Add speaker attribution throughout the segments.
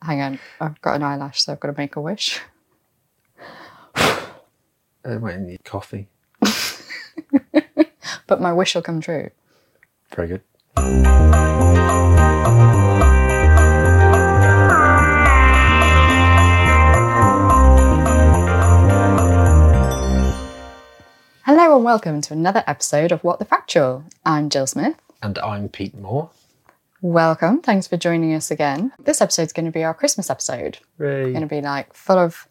Speaker 1: Hang on, I've got an eyelash, so I've got to make a wish.
Speaker 2: I might need coffee.
Speaker 1: But my wish will come true.
Speaker 2: Very good.
Speaker 1: Hello and welcome to another episode of What the Factual. I'm Jill Smith.
Speaker 2: And I'm Pete Moore.
Speaker 1: Welcome. Thanks for joining us again. This episode's going to be our Christmas episode.
Speaker 2: Ray.
Speaker 1: Going to be like full of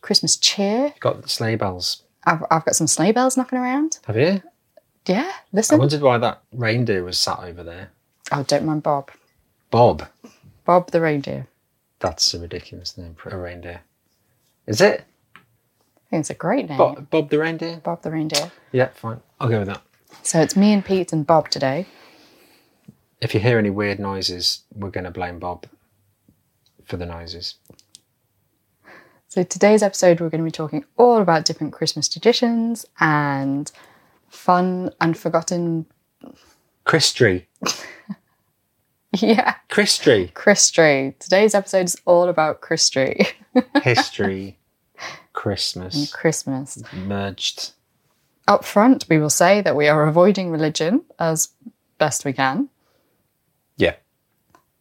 Speaker 1: Christmas cheer.
Speaker 2: Got the sleigh bells.
Speaker 1: I've, I've got some sleigh bells knocking around.
Speaker 2: Have you?
Speaker 1: Yeah,
Speaker 2: I
Speaker 1: listen.
Speaker 2: wondered why that reindeer was sat over there.
Speaker 1: Oh, don't mind Bob.
Speaker 2: Bob.
Speaker 1: Bob the reindeer.
Speaker 2: That's a ridiculous name for a reindeer. Is it?
Speaker 1: I think it's a great name. Bob,
Speaker 2: Bob, Bob the reindeer?
Speaker 1: the reindeer.
Speaker 2: Yeah, fine. I'll go with that.
Speaker 1: So it's me and Pete and Bob today.
Speaker 2: If you hear any weird noises, we're going to blame Bob for the noises.
Speaker 1: So today's episode, we're going to be talking all about different Christmas traditions and fun and forgotten.
Speaker 2: Christry.
Speaker 1: Yeah,
Speaker 2: Christry.
Speaker 1: Christry. Today's episode is all about Christry
Speaker 2: History.
Speaker 1: and
Speaker 2: Christmas.
Speaker 1: Christmas.
Speaker 2: Merged.
Speaker 1: Up front, we will say that we are avoiding religion as best we can,
Speaker 2: Yeah.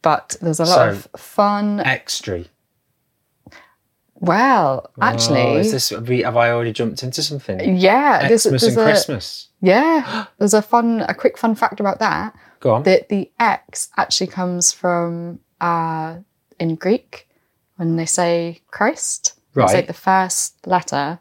Speaker 1: but there's a lot
Speaker 2: So-
Speaker 1: of fun.
Speaker 2: Extry.
Speaker 1: Well, actually,
Speaker 2: Oh, is this, have, we, have I already jumped into something?
Speaker 1: yeah, this,
Speaker 2: Xmas
Speaker 1: there's
Speaker 2: and
Speaker 1: a
Speaker 2: Christmas.
Speaker 1: yeah, there's a fun, a quick fun fact about that.
Speaker 2: Go on.
Speaker 1: that the X actually comes from uh, in Greek when they say Christ. They say
Speaker 2: right.
Speaker 1: the first letter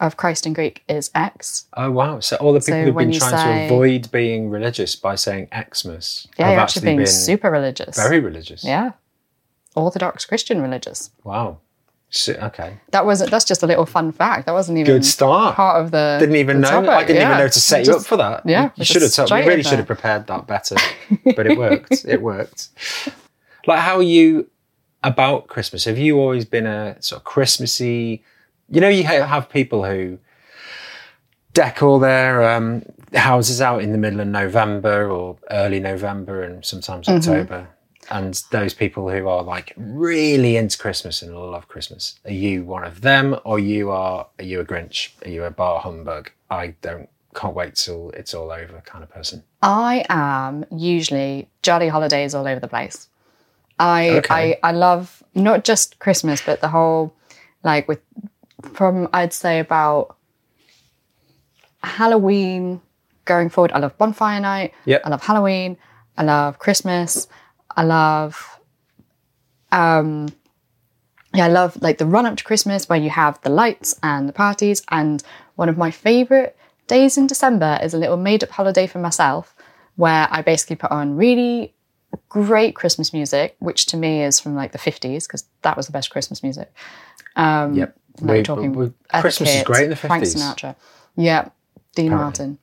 Speaker 1: of Christ in Greek is X.
Speaker 2: oh wow. So all the people
Speaker 1: So
Speaker 2: who've
Speaker 1: when
Speaker 2: been
Speaker 1: you
Speaker 2: trying
Speaker 1: say-
Speaker 2: to avoid being religious by saying Xmas
Speaker 1: Yeah,
Speaker 2: have
Speaker 1: you're actually being
Speaker 2: been
Speaker 1: super religious.
Speaker 2: very religious.
Speaker 1: yeah, Orthodox Christian religious.
Speaker 2: Wow. So, okay.
Speaker 1: That was that's just a little fun fact. That wasn't even
Speaker 2: Good start.
Speaker 1: part of the.
Speaker 2: Didn't even
Speaker 1: the
Speaker 2: know. I
Speaker 1: topic,
Speaker 2: didn't
Speaker 1: yeah.
Speaker 2: even know to set you up
Speaker 1: Just-
Speaker 2: for that.
Speaker 1: yeah,
Speaker 2: You-
Speaker 1: we're
Speaker 2: You should have
Speaker 1: just
Speaker 2: told.
Speaker 1: straight
Speaker 2: You really
Speaker 1: in
Speaker 2: should have
Speaker 1: there.
Speaker 2: prepared that better. but it worked. It worked. Like how are you about Christmas? Have you always been a sort of Christmassy? You know, you ha- have people who deck all their um, houses out in the middle of November or early November and sometimes
Speaker 1: Mm-hmm.
Speaker 2: October. And those people who are like really into Christmas and love Christmas, are you one of them, or you are are you a Grinch? Are you a bar humbug? I don't can't wait till it's all over kind of person.
Speaker 1: I am usually jolly holidays all over the place. I
Speaker 2: Okay.
Speaker 1: I, I love not just Christmas, but the whole like with from I'd say about Halloween going forward. I love bonfire night.
Speaker 2: Yep.
Speaker 1: I love Halloween. I love Christmas. I love um yeah, I love like the run up to Christmas where you have the lights and the parties. And one of my favorite days in December is a little made up holiday for myself where I basically put on really great Christmas music, which to me is from like the 50s because that was the best Christmas music. Um,
Speaker 2: Yep.
Speaker 1: Like
Speaker 2: We-
Speaker 1: talking
Speaker 2: we-
Speaker 1: Ed
Speaker 2: Christmas is
Speaker 1: Kit,
Speaker 2: great in the
Speaker 1: Frank
Speaker 2: 50s.
Speaker 1: Sinatra. Yeah, Dean
Speaker 2: Apparently.
Speaker 1: Martin.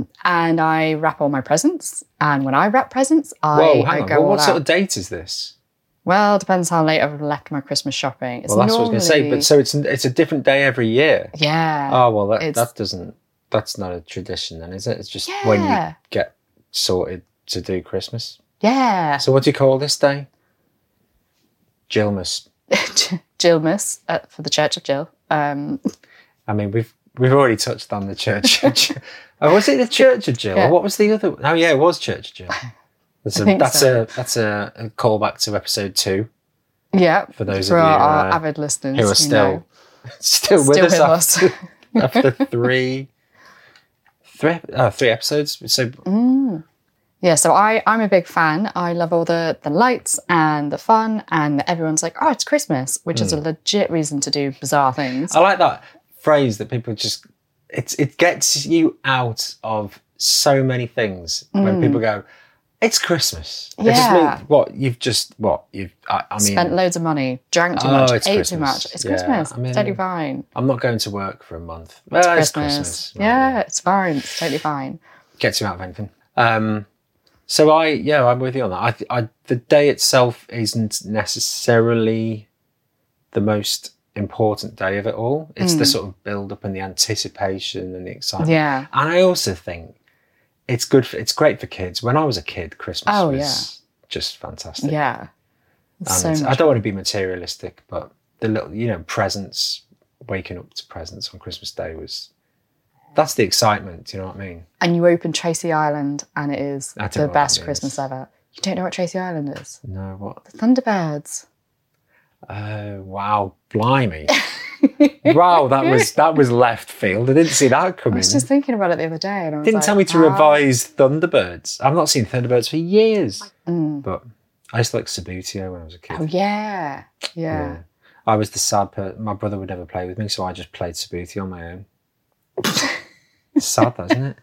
Speaker 1: Um, and I wrap all my presents. And when I wrap presents, I,
Speaker 2: Whoa,
Speaker 1: I
Speaker 2: hang on.
Speaker 1: go
Speaker 2: Well,
Speaker 1: all
Speaker 2: what sort
Speaker 1: out.
Speaker 2: of date is this?
Speaker 1: Well, depends how late I've left my Christmas shopping. It's
Speaker 2: well, that's what I was going to say.
Speaker 1: normally-
Speaker 2: But so it's it's a different day every year.
Speaker 1: yeah.
Speaker 2: Oh well, that
Speaker 1: It's-
Speaker 2: that doesn't that's not a tradition then, is it? It's just when you
Speaker 1: Yeah.
Speaker 2: get sorted to do Christmas.
Speaker 1: Yeah.
Speaker 2: So what do you call this day? Jillmas.
Speaker 1: Jillmas uh, for the Church of Jill. Um,
Speaker 2: I mean, we've we've already touched on the church. of Jill. oh, was it the Church of Jill?
Speaker 1: Yeah.
Speaker 2: Or what was the other? Oh yeah, it was Church of Jill. That's a
Speaker 1: think
Speaker 2: that's
Speaker 1: so.
Speaker 2: a that's a, a callback to episode two
Speaker 1: yeah.
Speaker 2: for those
Speaker 1: for
Speaker 2: of you
Speaker 1: our
Speaker 2: uh,
Speaker 1: avid listeners
Speaker 2: who are
Speaker 1: know.
Speaker 2: still still with
Speaker 1: still
Speaker 2: us
Speaker 1: with
Speaker 2: after-
Speaker 1: us.
Speaker 2: after three three uh, three episodes. So
Speaker 1: Mm. Yeah, so I, I'm a big fan. I love all the, the lights and the fun, and everyone's like, oh, it's Christmas, which
Speaker 2: Mm.
Speaker 1: is a legit reason to do bizarre things.
Speaker 2: I like that phrase that people just it's it gets you out of so many things when people go, "It's Christmas." It just
Speaker 1: Mm. Yeah.
Speaker 2: means what you've just what you've. I, I mean,
Speaker 1: Spent loads of money, drank too
Speaker 2: Oh,
Speaker 1: much, ate
Speaker 2: it's
Speaker 1: too
Speaker 2: Christmas.
Speaker 1: much. It's
Speaker 2: Yeah,
Speaker 1: Christmas.
Speaker 2: I mean,
Speaker 1: it's totally fine.
Speaker 2: I'm not going to work for a month. Well, it's Christmas. Right,
Speaker 1: yeah, it's fine. It's totally fine.
Speaker 2: gets you out of anything. Um, so I, yeah, I'm with you on that. I, th- I, the day itself isn't necessarily the most important day of it all. It's the sort of build up and the anticipation and the excitement.
Speaker 1: Yeah.
Speaker 2: And I also think it's good. For, it's great for kids. When I was a kid, Christmas
Speaker 1: Oh,
Speaker 2: was just fantastic.
Speaker 1: Yeah.
Speaker 2: And
Speaker 1: so
Speaker 2: I
Speaker 1: much.
Speaker 2: don't want to be materialistic, but the little, you know, presents, waking up to presents on Christmas Day was that's the excitement. Do you know what I mean?
Speaker 1: And you open Tracy Island, and it is
Speaker 2: I don't know
Speaker 1: the
Speaker 2: what
Speaker 1: best
Speaker 2: that
Speaker 1: Christmas
Speaker 2: is.
Speaker 1: ever. You don't know what Tracy Island is?
Speaker 2: No, what?
Speaker 1: The Thunderbirds.
Speaker 2: Oh, wow, blimey. wow, that was that was left field. I didn't see that
Speaker 1: I
Speaker 2: coming.
Speaker 1: was just thinking about it the other day, and I was
Speaker 2: didn't
Speaker 1: like,
Speaker 2: tell me to
Speaker 1: "Ah."
Speaker 2: revise Thunderbirds. I've not seen Thunderbirds for years.
Speaker 1: Mm.
Speaker 2: But I used to like Sabutio when I was a kid.
Speaker 1: Oh yeah, yeah.
Speaker 2: I was the sad person. My brother would never play with me, so I just played Sabutio on my own. it's sad, that, isn't it?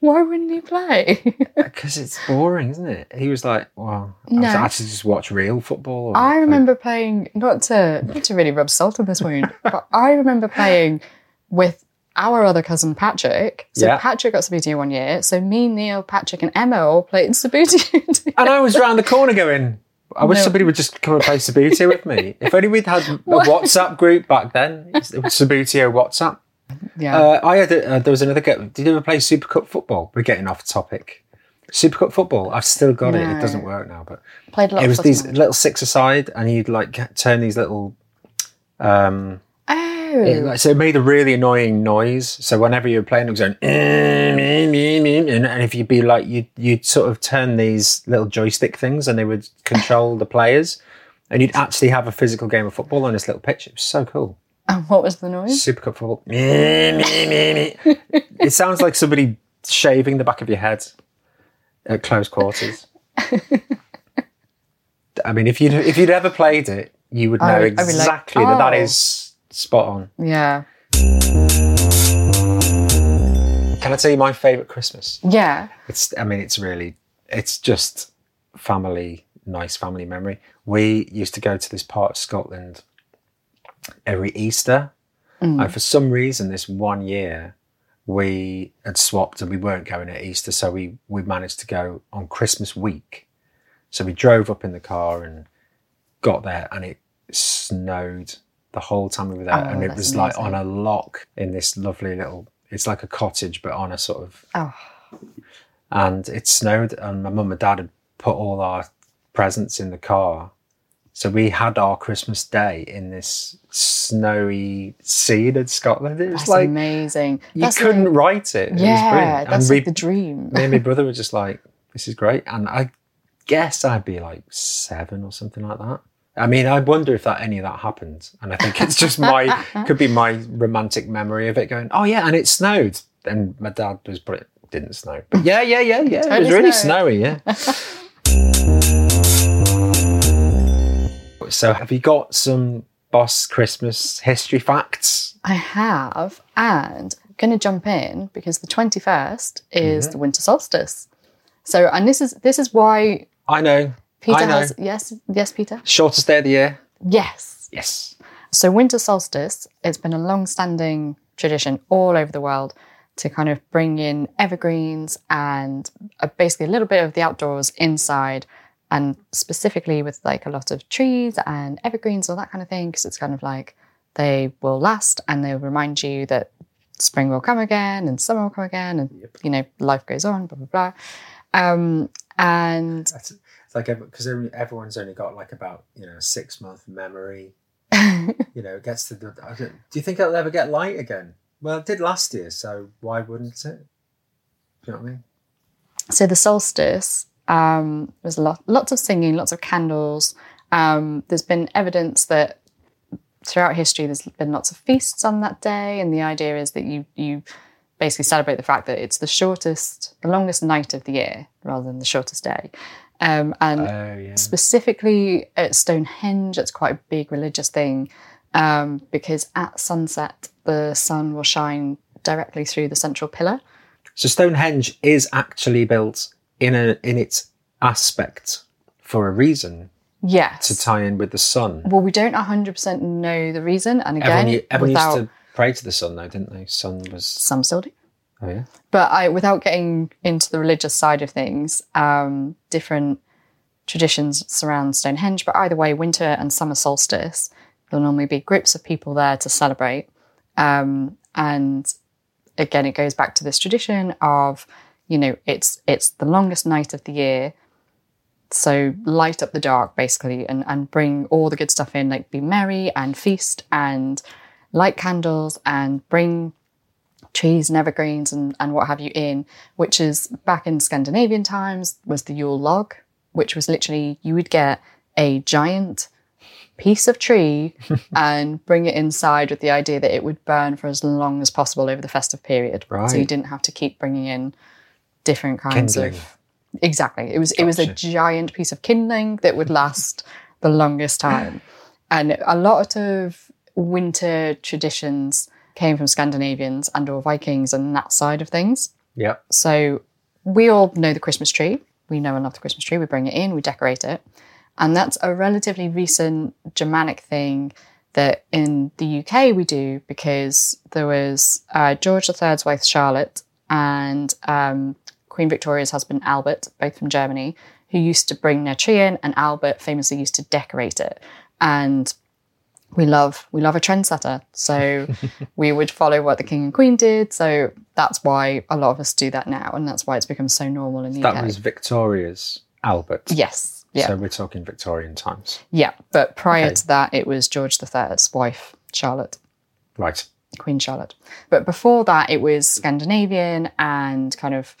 Speaker 1: Why wouldn't he play?
Speaker 2: Because it's boring, isn't it? He was like, well, I
Speaker 1: No.
Speaker 2: was actually just watch real football. or-
Speaker 1: I remember playing not to not to really rub salt in this wound, but I remember playing with our other cousin Patrick. So
Speaker 2: Yeah.
Speaker 1: Patrick got Sabutio one year. So me, Neil, Patrick, and Emma all played Sabutio.
Speaker 2: and I was round the corner going, I wish
Speaker 1: No.
Speaker 2: somebody would just come and play Sabutio with me. If only we'd had a
Speaker 1: What?
Speaker 2: WhatsApp group back then, It's the Sabutio WhatsApp.
Speaker 1: yeah.
Speaker 2: Uh, I had a, uh, there was another game. Did you ever play Super Cup football? We're getting off topic. Super Cup football. I've still got it.
Speaker 1: No.
Speaker 2: It doesn't work now, but
Speaker 1: played a lot
Speaker 2: it
Speaker 1: of
Speaker 2: was
Speaker 1: Fuzz
Speaker 2: these
Speaker 1: Man.
Speaker 2: little six aside, and you'd like get- turn these little. Um,
Speaker 1: Oh.
Speaker 2: it, like, so it made a really annoying noise. So whenever you were playing, it was going, "Mm, mm, mm, mm," and, and if you'd be like, you'd you'd sort of turn these little joystick things, and they would control the players, and you'd actually have a physical game of football on this little pitch. It was so cool.
Speaker 1: and what was the noise?
Speaker 2: Super Cup football. Meh, meh, meh, meh. it sounds like somebody shaving the back of your head at close quarters. I mean, if you'd if you'd ever played it, you would know
Speaker 1: I would- Oh, I'd be like,
Speaker 2: exactly that that
Speaker 1: "Oh."
Speaker 2: is spot on.
Speaker 1: Yeah.
Speaker 2: Can I tell you my favourite Christmas?
Speaker 1: Yeah.
Speaker 2: It's I mean, it's really it's just family, nice family memory. We used to go to this part of Scotland every Easter.
Speaker 1: Mm.
Speaker 2: And for some reason, this one year, we had swapped and we weren't going at Easter. So we, we managed to go on Christmas week. So we drove up in the car and got there, and it snowed the whole time we were there.
Speaker 1: Oh,
Speaker 2: and it
Speaker 1: that's
Speaker 2: was like on a lock in this lovely little, it's like a cottage, but on a sort of
Speaker 1: Oh.
Speaker 2: and it snowed and my mum and dad had put all our presents in the car so we had our christmas day in this snowy scene in scotland it was
Speaker 1: That's
Speaker 2: like
Speaker 1: amazing.
Speaker 2: you
Speaker 1: that's
Speaker 2: couldn't
Speaker 1: Like,
Speaker 2: write it it was
Speaker 1: yeah.
Speaker 2: brilliant
Speaker 1: That's
Speaker 2: and we,
Speaker 1: like the dream.
Speaker 2: me and my brother were just like this is great and i guess i'd be like seven or something like that i mean i wonder if that any of that happened and i think it's just my could be my romantic memory of it going oh yeah and it snowed and my dad was but it didn't snow but yeah yeah yeah yeah it was
Speaker 1: Totally
Speaker 2: really
Speaker 1: snowed.
Speaker 2: snowy yeah so have you got some boss christmas history facts
Speaker 1: I have, and I'm going to jump in because the 21st is
Speaker 2: Mm-hmm.
Speaker 1: the winter solstice. So, and this is this is why
Speaker 2: i know
Speaker 1: Peter
Speaker 2: I know.
Speaker 1: has yes, yes, Peter,
Speaker 2: shortest day of the year
Speaker 1: yes.
Speaker 2: yes
Speaker 1: So, winter solstice. It's been a long-standing tradition all over the world to kind of bring in evergreens and uh basically a little bit of the outdoors inside, and specifically with like a lot of trees and evergreens, all that kind of thing, because it's kind of like they will last and they'll remind you that spring will come again and summer will come again and you know life goes on blah blah blah um and
Speaker 2: That's it's like because everyone's only got like about you know six month memory. you know, it gets to the. I don't, do you think it'll ever get light again? Well, it did last year, so why wouldn't it? Do you know what I mean?
Speaker 1: so the solstice um there was lot, lots of singing lots of candles um there's been evidence that throughout history there's been lots of feasts on that day and the idea is that you you basically celebrate the fact that it's the shortest the longest night of the year rather than the shortest day um and
Speaker 2: Oh yeah.
Speaker 1: specifically at Stonehenge, it's quite a big religious thing um, because at sunset the sun will shine directly through the central pillar.
Speaker 2: So Stonehenge is actually built in a in its aspect for a reason
Speaker 1: Yes.
Speaker 2: to tie in with the sun.
Speaker 1: well, we don't 100% know the reason, and
Speaker 2: Everyone,
Speaker 1: again,
Speaker 2: u- everyone
Speaker 1: without
Speaker 2: used to pray to the sun though, didn't they? Sun was.
Speaker 1: some still do.
Speaker 2: Oh yeah.
Speaker 1: but I, without getting into the religious side of things, um, different traditions surround Stonehenge. But either way, winter and summer solstice, there'll normally be groups of people there to celebrate. Um, and again, it goes back to this tradition of, you know, it's it's the longest night of the year. So light up the dark basically and, and bring all the good stuff in, like be merry and feast and light candles and bring trees and evergreens and, and what have you in, which is back in Scandinavian times was the Yule log, which was literally you would get a giant piece of tree and bring it inside with the idea that it would burn for as long as possible over the festive period. So you
Speaker 2: Right.
Speaker 1: didn't have to keep bringing in different kinds
Speaker 2: Kindling.
Speaker 1: of exactly. It was it was a
Speaker 2: Gotcha.
Speaker 1: giant piece of kindling that would last the longest time. And a lot of winter traditions came from Scandinavians and or Vikings and that side of things.
Speaker 2: Yep.
Speaker 1: So we all know the Christmas tree. We know and love the Christmas tree. We bring it in, we decorate it. And that's a relatively recent Germanic thing that in the UK we do because there was uh, George III's wife Charlotte and um, Queen Victoria's husband Albert, both from Germany, who used to bring their tree in, and Albert famously used to decorate it. And we love we love a trendsetter, so we would follow what the king and queen did. So that's why a lot of us do that now, and that's why it's become so normal in the
Speaker 2: That
Speaker 1: UK.
Speaker 2: was Victoria's Albert.
Speaker 1: yes, yeah,
Speaker 2: So we're talking Victorian times.
Speaker 1: yeah. But prior
Speaker 2: Okay.
Speaker 1: to that, it was George III's wife Charlotte.
Speaker 2: Right.
Speaker 1: Queen Charlotte. But before that, it was Scandinavian and kind of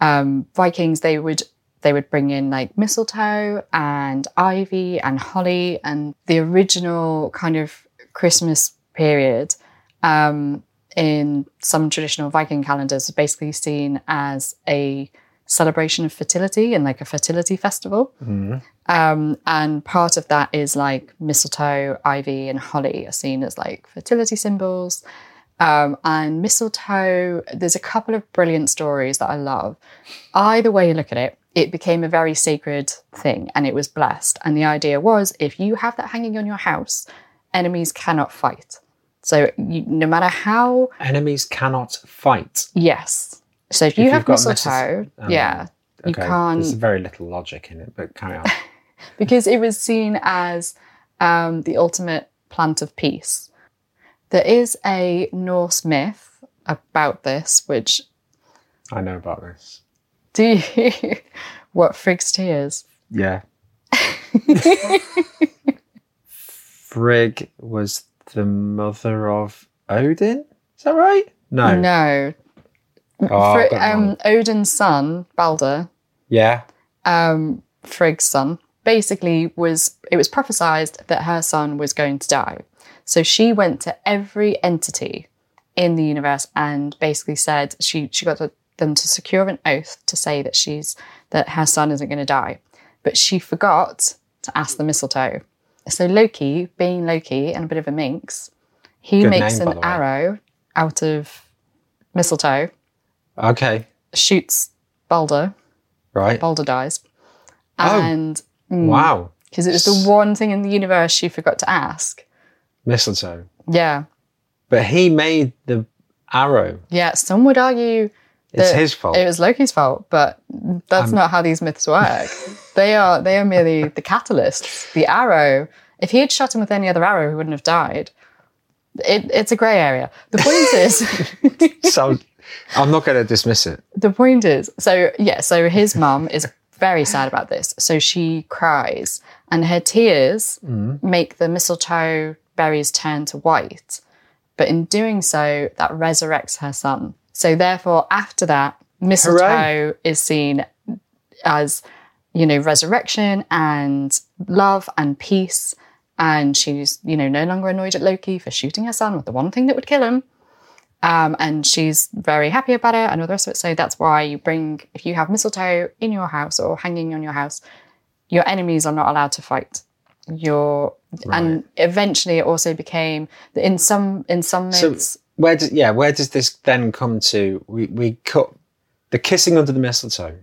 Speaker 1: um, Vikings. They would they would bring in like mistletoe and ivy and holly and the original kind of Christmas period um, in some traditional Viking calendars is basically seen as a celebration of fertility and like a fertility festival.
Speaker 2: Mhm.
Speaker 1: Um, and part of that is like mistletoe, ivy, and holly are seen as like fertility symbols. Um, and mistletoe, there's a couple of brilliant stories that I love. Either way you look at it, it became a very sacred thing and it was blessed. And the idea was if you have that hanging on your house, enemies cannot fight. So you, no matter how
Speaker 2: Enemies cannot fight.
Speaker 1: Yes. So if you
Speaker 2: you've
Speaker 1: have
Speaker 2: got mistletoe-
Speaker 1: mistletoe,
Speaker 2: um,
Speaker 1: yeah, You can't-
Speaker 2: There's very little logic in it, but carry on.
Speaker 1: because it was seen as um, the ultimate plant of peace. There is a Norse myth about this, which
Speaker 2: I know about this.
Speaker 1: do you what Frigg's tears?
Speaker 2: Yeah. Frigg was the mother of Odin. Is that right? No.
Speaker 1: No,
Speaker 2: Oh, I've
Speaker 1: Fri-
Speaker 2: got it wrong.
Speaker 1: um, Odin's son Balder,
Speaker 2: yeah.
Speaker 1: um, Frigg's son, basically was it was prophesized that her son was going to die. So she went to every entity in the universe and basically said she she got the- them to secure an oath to say that she's that her son isn't going to die, but she forgot to ask the mistletoe. So Loki, being Loki and a bit of a minx, he
Speaker 2: Good
Speaker 1: makes
Speaker 2: name, by
Speaker 1: an
Speaker 2: the way.
Speaker 1: arrow out of mistletoe,
Speaker 2: Okay.
Speaker 1: shoots Balder,
Speaker 2: Right.
Speaker 1: Balder dies,
Speaker 2: Oh.
Speaker 1: and
Speaker 2: Wow.
Speaker 1: because it was the one thing in the universe she forgot to ask.
Speaker 2: Mistletoe.
Speaker 1: Yeah,
Speaker 2: But he made the arrow.
Speaker 1: yeah. Some would argue
Speaker 2: It's
Speaker 1: The-
Speaker 2: his fault.
Speaker 1: it was Loki's fault, but that's
Speaker 2: Um,
Speaker 1: not how these myths work. they are they are merely the catalysts. The arrow. If he had shot him with any other arrow, he wouldn't have died. It, it's a grey area. The point is,
Speaker 2: so I'm not going to dismiss it.
Speaker 1: the point is, so yeah, so his mum is very sad about this. So she cries, and her tears
Speaker 2: Mm.
Speaker 1: make the mistletoe berries turn to white. But in doing so, that resurrects her son. So therefore, after that, mistletoe
Speaker 2: Hooray.
Speaker 1: is seen as, you know, resurrection and love and peace. And she's, you know, no longer annoyed at Loki for shooting her son with the one thing that would kill him. Um, and she's very happy about it and all the rest of it. So that's why you bring, if you have mistletoe in your house or hanging on your house, your enemies are not allowed to fight. Your and eventually it also became in some in some
Speaker 2: So-
Speaker 1: myths.
Speaker 2: Where does yeah? Where does this then come to? We we cut the kissing under the mistletoe.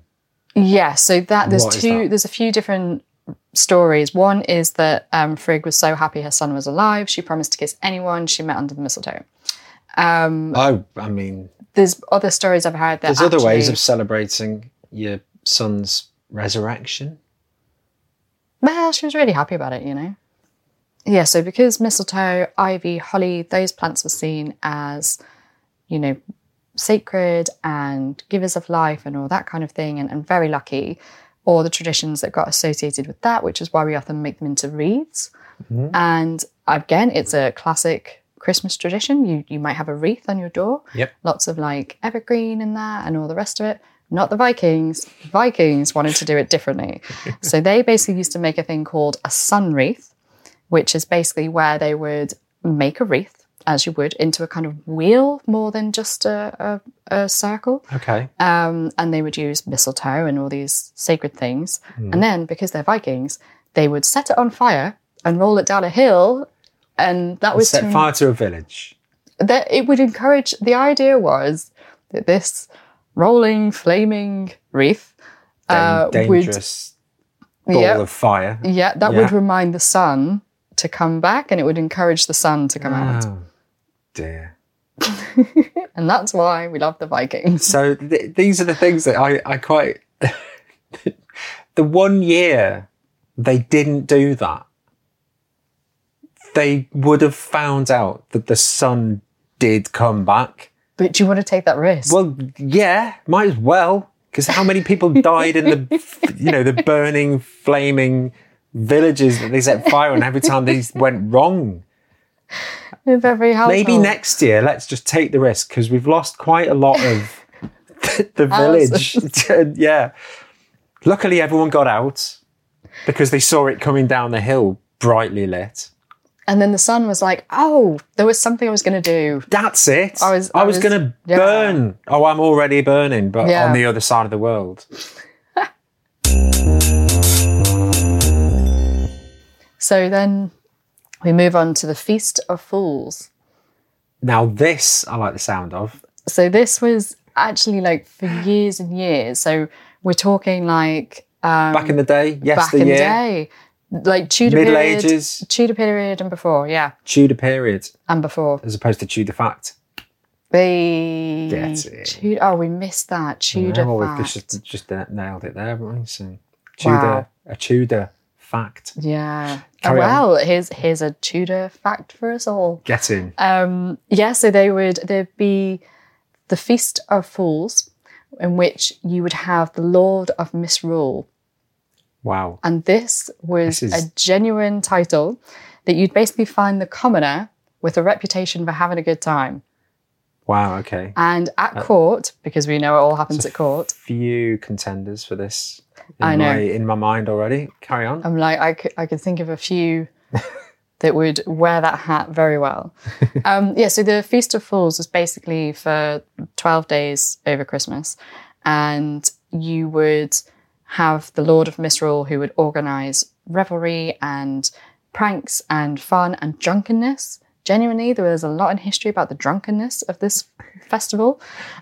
Speaker 1: yeah, so that there's
Speaker 2: What is
Speaker 1: two
Speaker 2: that?
Speaker 1: there's a few different stories. One is that um, Frigg was so happy her son was alive, she promised to kiss anyone she met under the mistletoe. Um,
Speaker 2: Oh, I mean,
Speaker 1: there's other stories I've heard that
Speaker 2: there's other ways
Speaker 1: actually-
Speaker 2: of celebrating your son's resurrection.
Speaker 1: Well, she was really happy about it, you know. Yeah, so because mistletoe, ivy, holly, those plants were seen as, you know, sacred and givers of life and all that kind of thing and, and very lucky, or the traditions that got associated with that, which is why we often make them into wreaths. And again, it's a classic Christmas tradition. You you might have a wreath on your door.
Speaker 2: Yep.
Speaker 1: Lots of like evergreen and that and all the rest of it. Not the Vikings. The Vikings wanted to do it differently. so they basically used to make a thing called a sun wreath, which is basically where they would make a wreath, as you would, into a kind of wheel more than just a, a, a circle
Speaker 2: Okay.
Speaker 1: um, and they would use mistletoe and all these sacred things.
Speaker 2: Hmm.
Speaker 1: And then, because they're Vikings, they would set it on fire and roll it down a hill, and that was
Speaker 2: Set
Speaker 1: to-
Speaker 2: fire to a village.
Speaker 1: that it would encourage. The idea was that this rolling, flaming wreath uh, would,
Speaker 2: dangerous ball
Speaker 1: yeah,
Speaker 2: of fire.
Speaker 1: yeah, that
Speaker 2: Yeah.
Speaker 1: would remind the sun to come back, and it would encourage the sun to come out.
Speaker 2: Oh, dear.
Speaker 1: And that's why we love the Vikings.
Speaker 2: So th- these are the things that I, I quite. the one year they didn't do that, they would have found out that the sun did come back.
Speaker 1: But do you want to take that risk?
Speaker 2: Well, yeah, might as well. Because how many people died in the, you know, the burning, flaming villages that they set fire on every time these went wrong?
Speaker 1: If every household,
Speaker 2: Maybe next year, let's just take the risk because we've lost quite a lot of the, the village. yeah. Luckily, everyone got out because they saw it coming down the hill, brightly lit.
Speaker 1: And then the sun was like, "Oh, there was something I was going to do."
Speaker 2: That's it.
Speaker 1: I was- I was-
Speaker 2: going to
Speaker 1: yeah.
Speaker 2: burn. Oh, I'm already burning, but
Speaker 1: Yeah.
Speaker 2: on the other side of the world.
Speaker 1: So then we move on to the Feast of Fools.
Speaker 2: Now, this I like the sound of.
Speaker 1: So this was actually like for years and years. So we're talking like um,
Speaker 2: Back in the day, yes,
Speaker 1: back
Speaker 2: the
Speaker 1: in the
Speaker 2: year,
Speaker 1: day, like Tudor
Speaker 2: Middle
Speaker 1: period,
Speaker 2: Ages,
Speaker 1: Tudor period, and before, yeah,
Speaker 2: Tudor period,
Speaker 1: and before
Speaker 2: as opposed to Tudor fact.
Speaker 1: the
Speaker 2: Get it.
Speaker 1: Tud- oh, we missed that Tudor
Speaker 2: well, we've
Speaker 1: fact.
Speaker 2: just, just uh, nailed it there, haven't we? So, Tudor, a Tudor fact.
Speaker 1: Yeah. Oh,
Speaker 2: Carry on.
Speaker 1: well, here's here's a Tudor fact for us all.
Speaker 2: Get in.
Speaker 1: Um, yeah, so they would there'd be the Feast of Fools, in which you would have the Lord of Misrule,
Speaker 2: Wow.
Speaker 1: and this was
Speaker 2: This is-
Speaker 1: a genuine title that you'd basically find the commoner with a reputation for having a good time,
Speaker 2: Wow. Okay.
Speaker 1: and at
Speaker 2: Uh,
Speaker 1: court because we know it all happens at court.
Speaker 2: Few contenders for this. In
Speaker 1: I know.
Speaker 2: My, in my mind already. Carry on.
Speaker 1: I'm like I could I could think of a few. That would wear that hat very well. Um, yeah, so the Feast of Fools was basically for 12 days over Christmas. and you would have the Lord of Misrule who would organize revelry and pranks and fun and drunkenness. Genuinely, there was a lot in history about the drunkenness of this festival,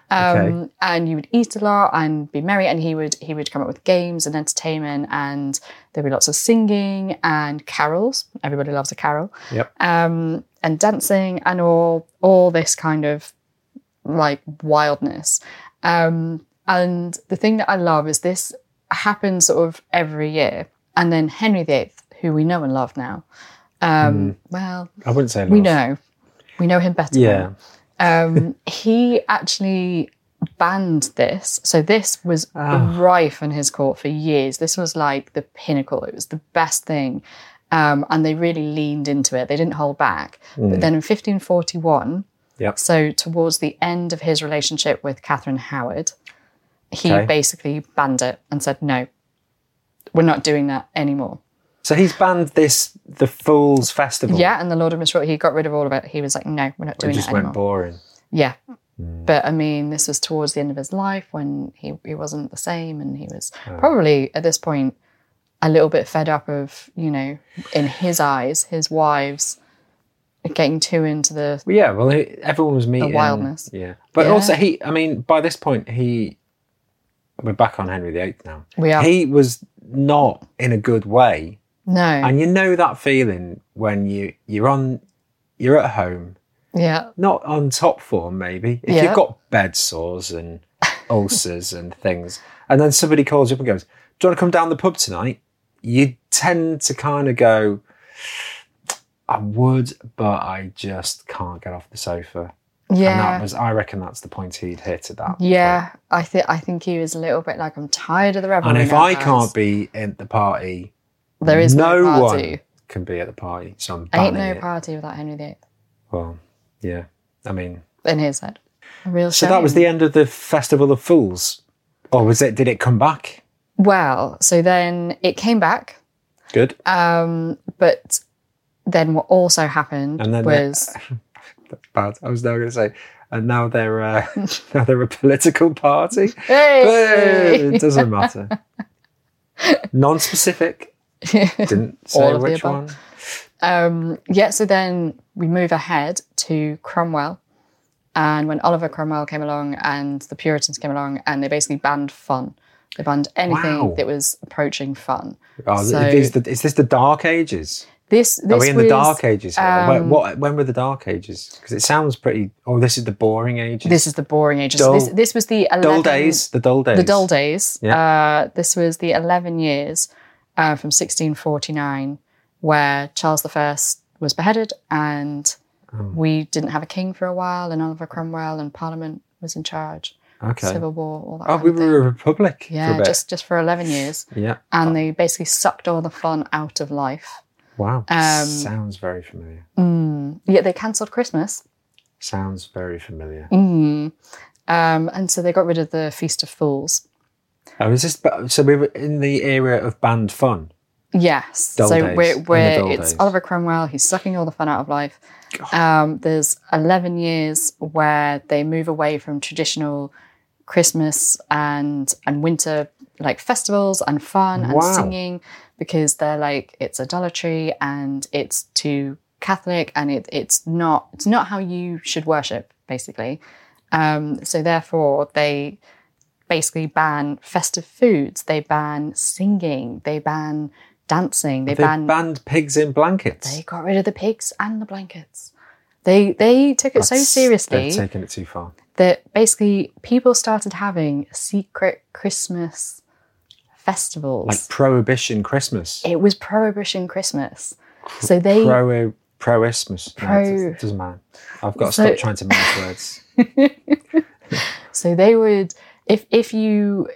Speaker 1: um,
Speaker 2: Okay.
Speaker 1: and you would eat a lot and be merry. And he would he would come up with games and entertainment, and there'd be lots of singing and carols. Everybody loves a carol.
Speaker 2: Yep.
Speaker 1: Um, and dancing and all all this kind of like wildness. Um, and the thing that I love is this happens sort of every year. And then Henry VIII, who we know and love now, um, well,
Speaker 2: I wouldn't say.
Speaker 1: we
Speaker 2: love.
Speaker 1: know, we know him better.
Speaker 2: Yeah.
Speaker 1: now. Um, he actually banned this. So this was
Speaker 2: Ah.
Speaker 1: rife in his court for years. This was like the pinnacle. It was the best thing. Um, and they really leaned into it. They didn't hold back. But then in 1541,
Speaker 2: Hmm. Yep.
Speaker 1: so towards the end of his relationship with Catherine Howard, he
Speaker 2: Okay.
Speaker 1: basically banned it and said, no, we're not doing that anymore.
Speaker 2: So he's banned this the Fools Festival.
Speaker 1: Yeah, and the Lord of Misrule, he got rid of all of it. He was like, no, we're not
Speaker 2: It
Speaker 1: doing
Speaker 2: just
Speaker 1: that
Speaker 2: went
Speaker 1: anymore.
Speaker 2: boring.
Speaker 1: Yeah.
Speaker 2: Mm.
Speaker 1: But I mean, this was towards the end of his life when he, he wasn't the same and he was probably at this point a little bit fed up of, you know, in his eyes, his wives getting too into the.
Speaker 2: Well, yeah. Well, he- everyone was meeting.
Speaker 1: wildness.
Speaker 2: Yeah. But
Speaker 1: Yeah.
Speaker 2: also, he. I mean, by this point, he. We're back on Henry VIII now.
Speaker 1: We are.
Speaker 2: He was not in a good way
Speaker 1: no.
Speaker 2: And you know that feeling when you you're on you're at home,
Speaker 1: yeah.
Speaker 2: not on top form maybe. If
Speaker 1: Yeah.
Speaker 2: you've got bed sores and ulcers and things, and then somebody calls you up and goes, "Do you want to come down the pub tonight?" You tend to kind of go, "I would, but I just can't get off the sofa." And
Speaker 1: yeah.
Speaker 2: that was, I reckon that's the point he'd hit at that.
Speaker 1: yeah, I think I think he was a little bit like I'm tired of the revelry.
Speaker 2: And if
Speaker 1: now,
Speaker 2: I
Speaker 1: guys.
Speaker 2: can't be at the party,
Speaker 1: there is no,
Speaker 2: no one
Speaker 1: party.
Speaker 2: can be at the party. So I'm
Speaker 1: Ain't
Speaker 2: banning
Speaker 1: no
Speaker 2: it.
Speaker 1: party without Henry VIII
Speaker 2: Well, yeah. I mean,
Speaker 1: in his head. A real
Speaker 2: so that was
Speaker 1: shame.
Speaker 2: the end of the Festival of Fools, or was it? Did it come back?
Speaker 1: well. So then it came back,
Speaker 2: Good.
Speaker 1: um, but then what also happened
Speaker 2: And then the-
Speaker 1: was
Speaker 2: Bad. I was now going to say, and now they're uh, now they're a political party.
Speaker 1: hey!
Speaker 2: But it doesn't matter. Non-specific. Didn't say
Speaker 1: All of the
Speaker 2: which
Speaker 1: above.
Speaker 2: one.
Speaker 1: Um, yeah, so then we move ahead to Cromwell. And when Oliver Cromwell came along and the Puritans came along, and they basically banned fun. They banned anything
Speaker 2: Wow.
Speaker 1: that was approaching fun.
Speaker 2: Oh, is
Speaker 1: So-
Speaker 2: this the- is this the Dark Ages?
Speaker 1: This, this
Speaker 2: Are we in
Speaker 1: was,
Speaker 2: the Dark Ages? Here? Where-
Speaker 1: um,
Speaker 2: what? When were the Dark Ages? Because it sounds pretty. Oh, this is the Boring Ages.
Speaker 1: This is the boring ages. So this,
Speaker 2: Dull-
Speaker 1: this was the 11,
Speaker 2: dull days. The dull days.
Speaker 1: The dull days.
Speaker 2: Yeah.
Speaker 1: Uh, this was the 11 years uh, from 1649 where Charles I was beheaded and
Speaker 2: Mm.
Speaker 1: we didn't have a king for a while and Oliver Cromwell and Parliament was in charge.
Speaker 2: Okay.
Speaker 1: Civil War, all that.
Speaker 2: oh,
Speaker 1: kind
Speaker 2: we
Speaker 1: of thing.
Speaker 2: were a republic. for
Speaker 1: yeah,
Speaker 2: a bit.
Speaker 1: just, just for 11 years.
Speaker 2: yeah.
Speaker 1: And they basically sucked all the fun out of life.
Speaker 2: Wow.
Speaker 1: Um,
Speaker 2: Sounds very familiar.
Speaker 1: Mm. Yet they cancelled Christmas.
Speaker 2: Sounds very familiar.
Speaker 1: Mm. Um, and so they got rid of the Feast of Fools.
Speaker 2: Oh, is this? but- So we were in the era of band fun.
Speaker 1: Yes.
Speaker 2: Dull
Speaker 1: so
Speaker 2: days.
Speaker 1: we're,
Speaker 2: In the
Speaker 1: we're
Speaker 2: dull
Speaker 1: it's
Speaker 2: days.
Speaker 1: Oliver Cromwell. He's sucking all the fun out of life. Um, there's 11 years where they move away from traditional Christmas and and winter like festivals and fun and
Speaker 2: Wow.
Speaker 1: singing because they're like it's idolatry and it's too Catholic and it, it's not it's not how you should worship basically. Um, so therefore they basically ban festive foods. They ban singing. They ban dancing. They,
Speaker 2: They
Speaker 1: ban.
Speaker 2: banned pigs in blankets.
Speaker 1: they got rid of the pigs and the blankets. They they took it so
Speaker 2: That's-
Speaker 1: seriously
Speaker 2: They've taken it too far.
Speaker 1: that basically people started having secret Christmas festivals.
Speaker 2: Like prohibition Christmas.
Speaker 1: it was Prohibition Christmas. So they
Speaker 2: Pro proismus. No, it
Speaker 1: Pro-
Speaker 2: doesn't- doesn't matter. I've got to
Speaker 1: So-
Speaker 2: stop trying to manage words.
Speaker 1: So they would, if if you,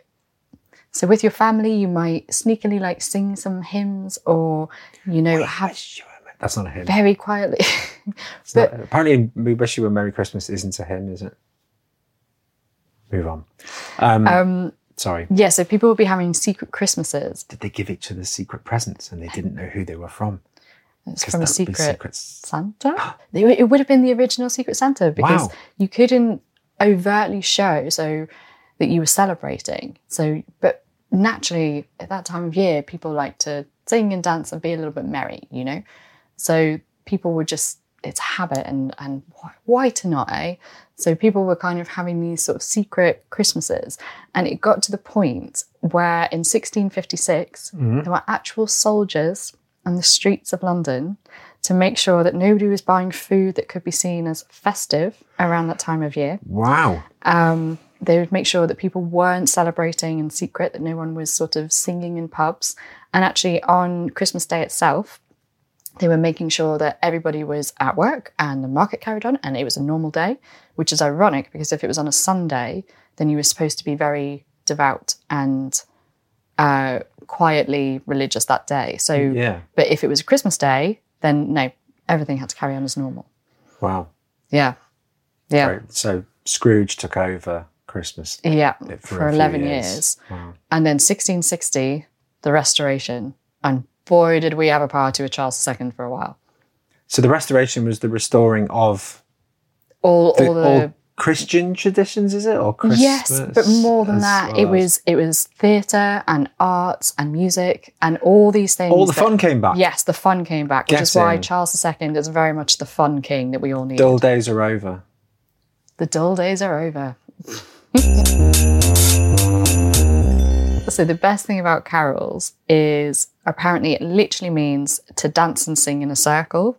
Speaker 1: so with your family, you might sneakily like sing some hymns or you know have
Speaker 2: That's not a hymn.
Speaker 1: very quietly.
Speaker 2: It's not- apparently, we wish you a Merry Christmas isn't a hymn, is it? Move on. Um,
Speaker 1: um,
Speaker 2: sorry.
Speaker 1: yeah, so people would be having secret Christmases.
Speaker 2: Did they give each other secret presents and they didn't know who they were from?
Speaker 1: It's
Speaker 2: 'Cause
Speaker 1: from a
Speaker 2: that would be
Speaker 1: secret
Speaker 2: secrets.
Speaker 1: Santa. They were- it would have been the original Secret Santa because
Speaker 2: Wow.
Speaker 1: you couldn't overtly show so that you were celebrating. So, but naturally at that time of year, people like to sing and dance and be a little bit merry, you know. So people were just it's habit and and why, why to not, eh? So people were kind of having these sort of secret Christmases, and it got to the point where in 1656
Speaker 2: Mhm.
Speaker 1: there were actual soldiers on the streets of London to make sure that nobody was buying food that could be seen as festive around that time of year.
Speaker 2: Wow.
Speaker 1: Um, they would make sure that people weren't celebrating in secret, that no one was sort of singing in pubs. And actually, on Christmas Day itself, they were making sure that everybody was at work and the market carried on and it was a normal day, which is ironic because if it was on a Sunday, then you were supposed to be very devout and uh, quietly religious that day. So,
Speaker 2: Yeah.
Speaker 1: but if it was Christmas Day, then no, everything had to carry on as normal.
Speaker 2: Wow.
Speaker 1: Yeah. Yeah.
Speaker 2: Right. So Scrooge took over Christmas.
Speaker 1: Yeah.
Speaker 2: for a
Speaker 1: For,
Speaker 2: few
Speaker 1: 11
Speaker 2: years.
Speaker 1: years.
Speaker 2: Wow.
Speaker 1: And then 1660, the restoration. And boy, did we have a party with Charles II for a while.
Speaker 2: So the restoration was the restoring of
Speaker 1: All,
Speaker 2: the,
Speaker 1: all the.
Speaker 2: all Christian traditions, is it? Or Christmas?
Speaker 1: yes, but more than
Speaker 2: as
Speaker 1: that,
Speaker 2: well
Speaker 1: it
Speaker 2: as-
Speaker 1: was it was theatre and arts and music and all these things.
Speaker 2: all the
Speaker 1: that-
Speaker 2: fun came back.
Speaker 1: Yes, the fun came back, which is why
Speaker 2: Getting-
Speaker 1: Charles II is very much the fun king that we all need.
Speaker 2: Dull days are over.
Speaker 1: The dull days are over. so, the best thing about carols is apparently it literally means to dance and sing in a circle.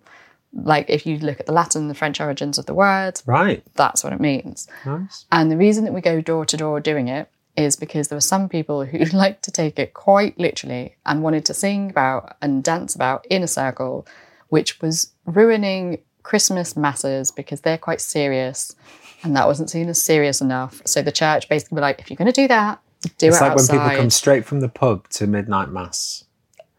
Speaker 1: Like, if you look at the Latin, the French origins of the word,
Speaker 2: Right.
Speaker 1: that's what it means.
Speaker 2: Nice.
Speaker 1: And the reason that we go door to door doing it is because there were some people who liked to take it quite literally and wanted to sing about and dance about in a circle, which was ruining Christmas masses because they're quite serious, and that wasn't seen as serious enough. So the church basically were like, if you're going to do that, do
Speaker 2: it's
Speaker 1: it
Speaker 2: like
Speaker 1: outside.
Speaker 2: when people come straight from the pub to midnight mass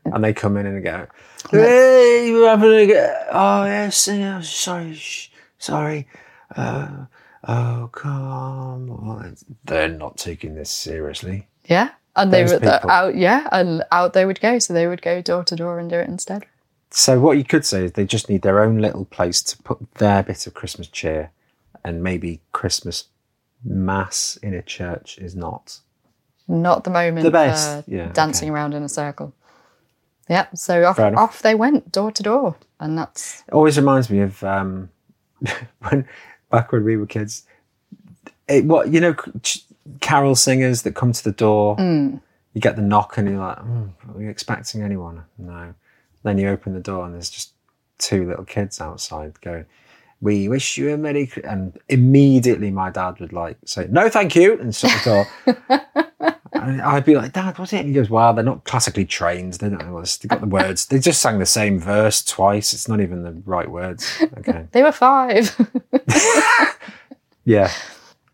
Speaker 2: and they come in and go,
Speaker 1: And
Speaker 2: Hey, you having a go- Oh, yes, yeah, sorry, sh- sorry. Uh, oh, come on. They're not taking this seriously.
Speaker 1: yeah, and they
Speaker 2: Those
Speaker 1: were
Speaker 2: people.
Speaker 1: out. Yeah, and out they would go. So they would go door to door and do it instead.
Speaker 2: So, what you could say is they just need their own little place to put their bit of Christmas cheer, and maybe Christmas mass in a church is not.
Speaker 1: Not the moment.
Speaker 2: The best,
Speaker 1: for
Speaker 2: yeah,
Speaker 1: dancing around in a circle. Yeah, so off,
Speaker 2: Fair enough.
Speaker 1: off they went door to door, and that's
Speaker 2: It always reminds me of um, when back when we were kids. It, what you know, ch- carol singers that come to the door.
Speaker 1: mm,
Speaker 2: You get the knock, and you're like, "Hmm, "Are you expecting anyone?" No. Then you open the door, and there's just two little kids outside going, "We wish you a merry." Chri-" And immediately, my dad would like say, "No, thank you," and shut the door. And I'd be like, Dad, what's it? And he goes, Well, they're not classically trained. They don't know what this- they got the words. They just sang the same verse twice. It's not even the right words. Okay.
Speaker 1: they were five.
Speaker 2: Yeah.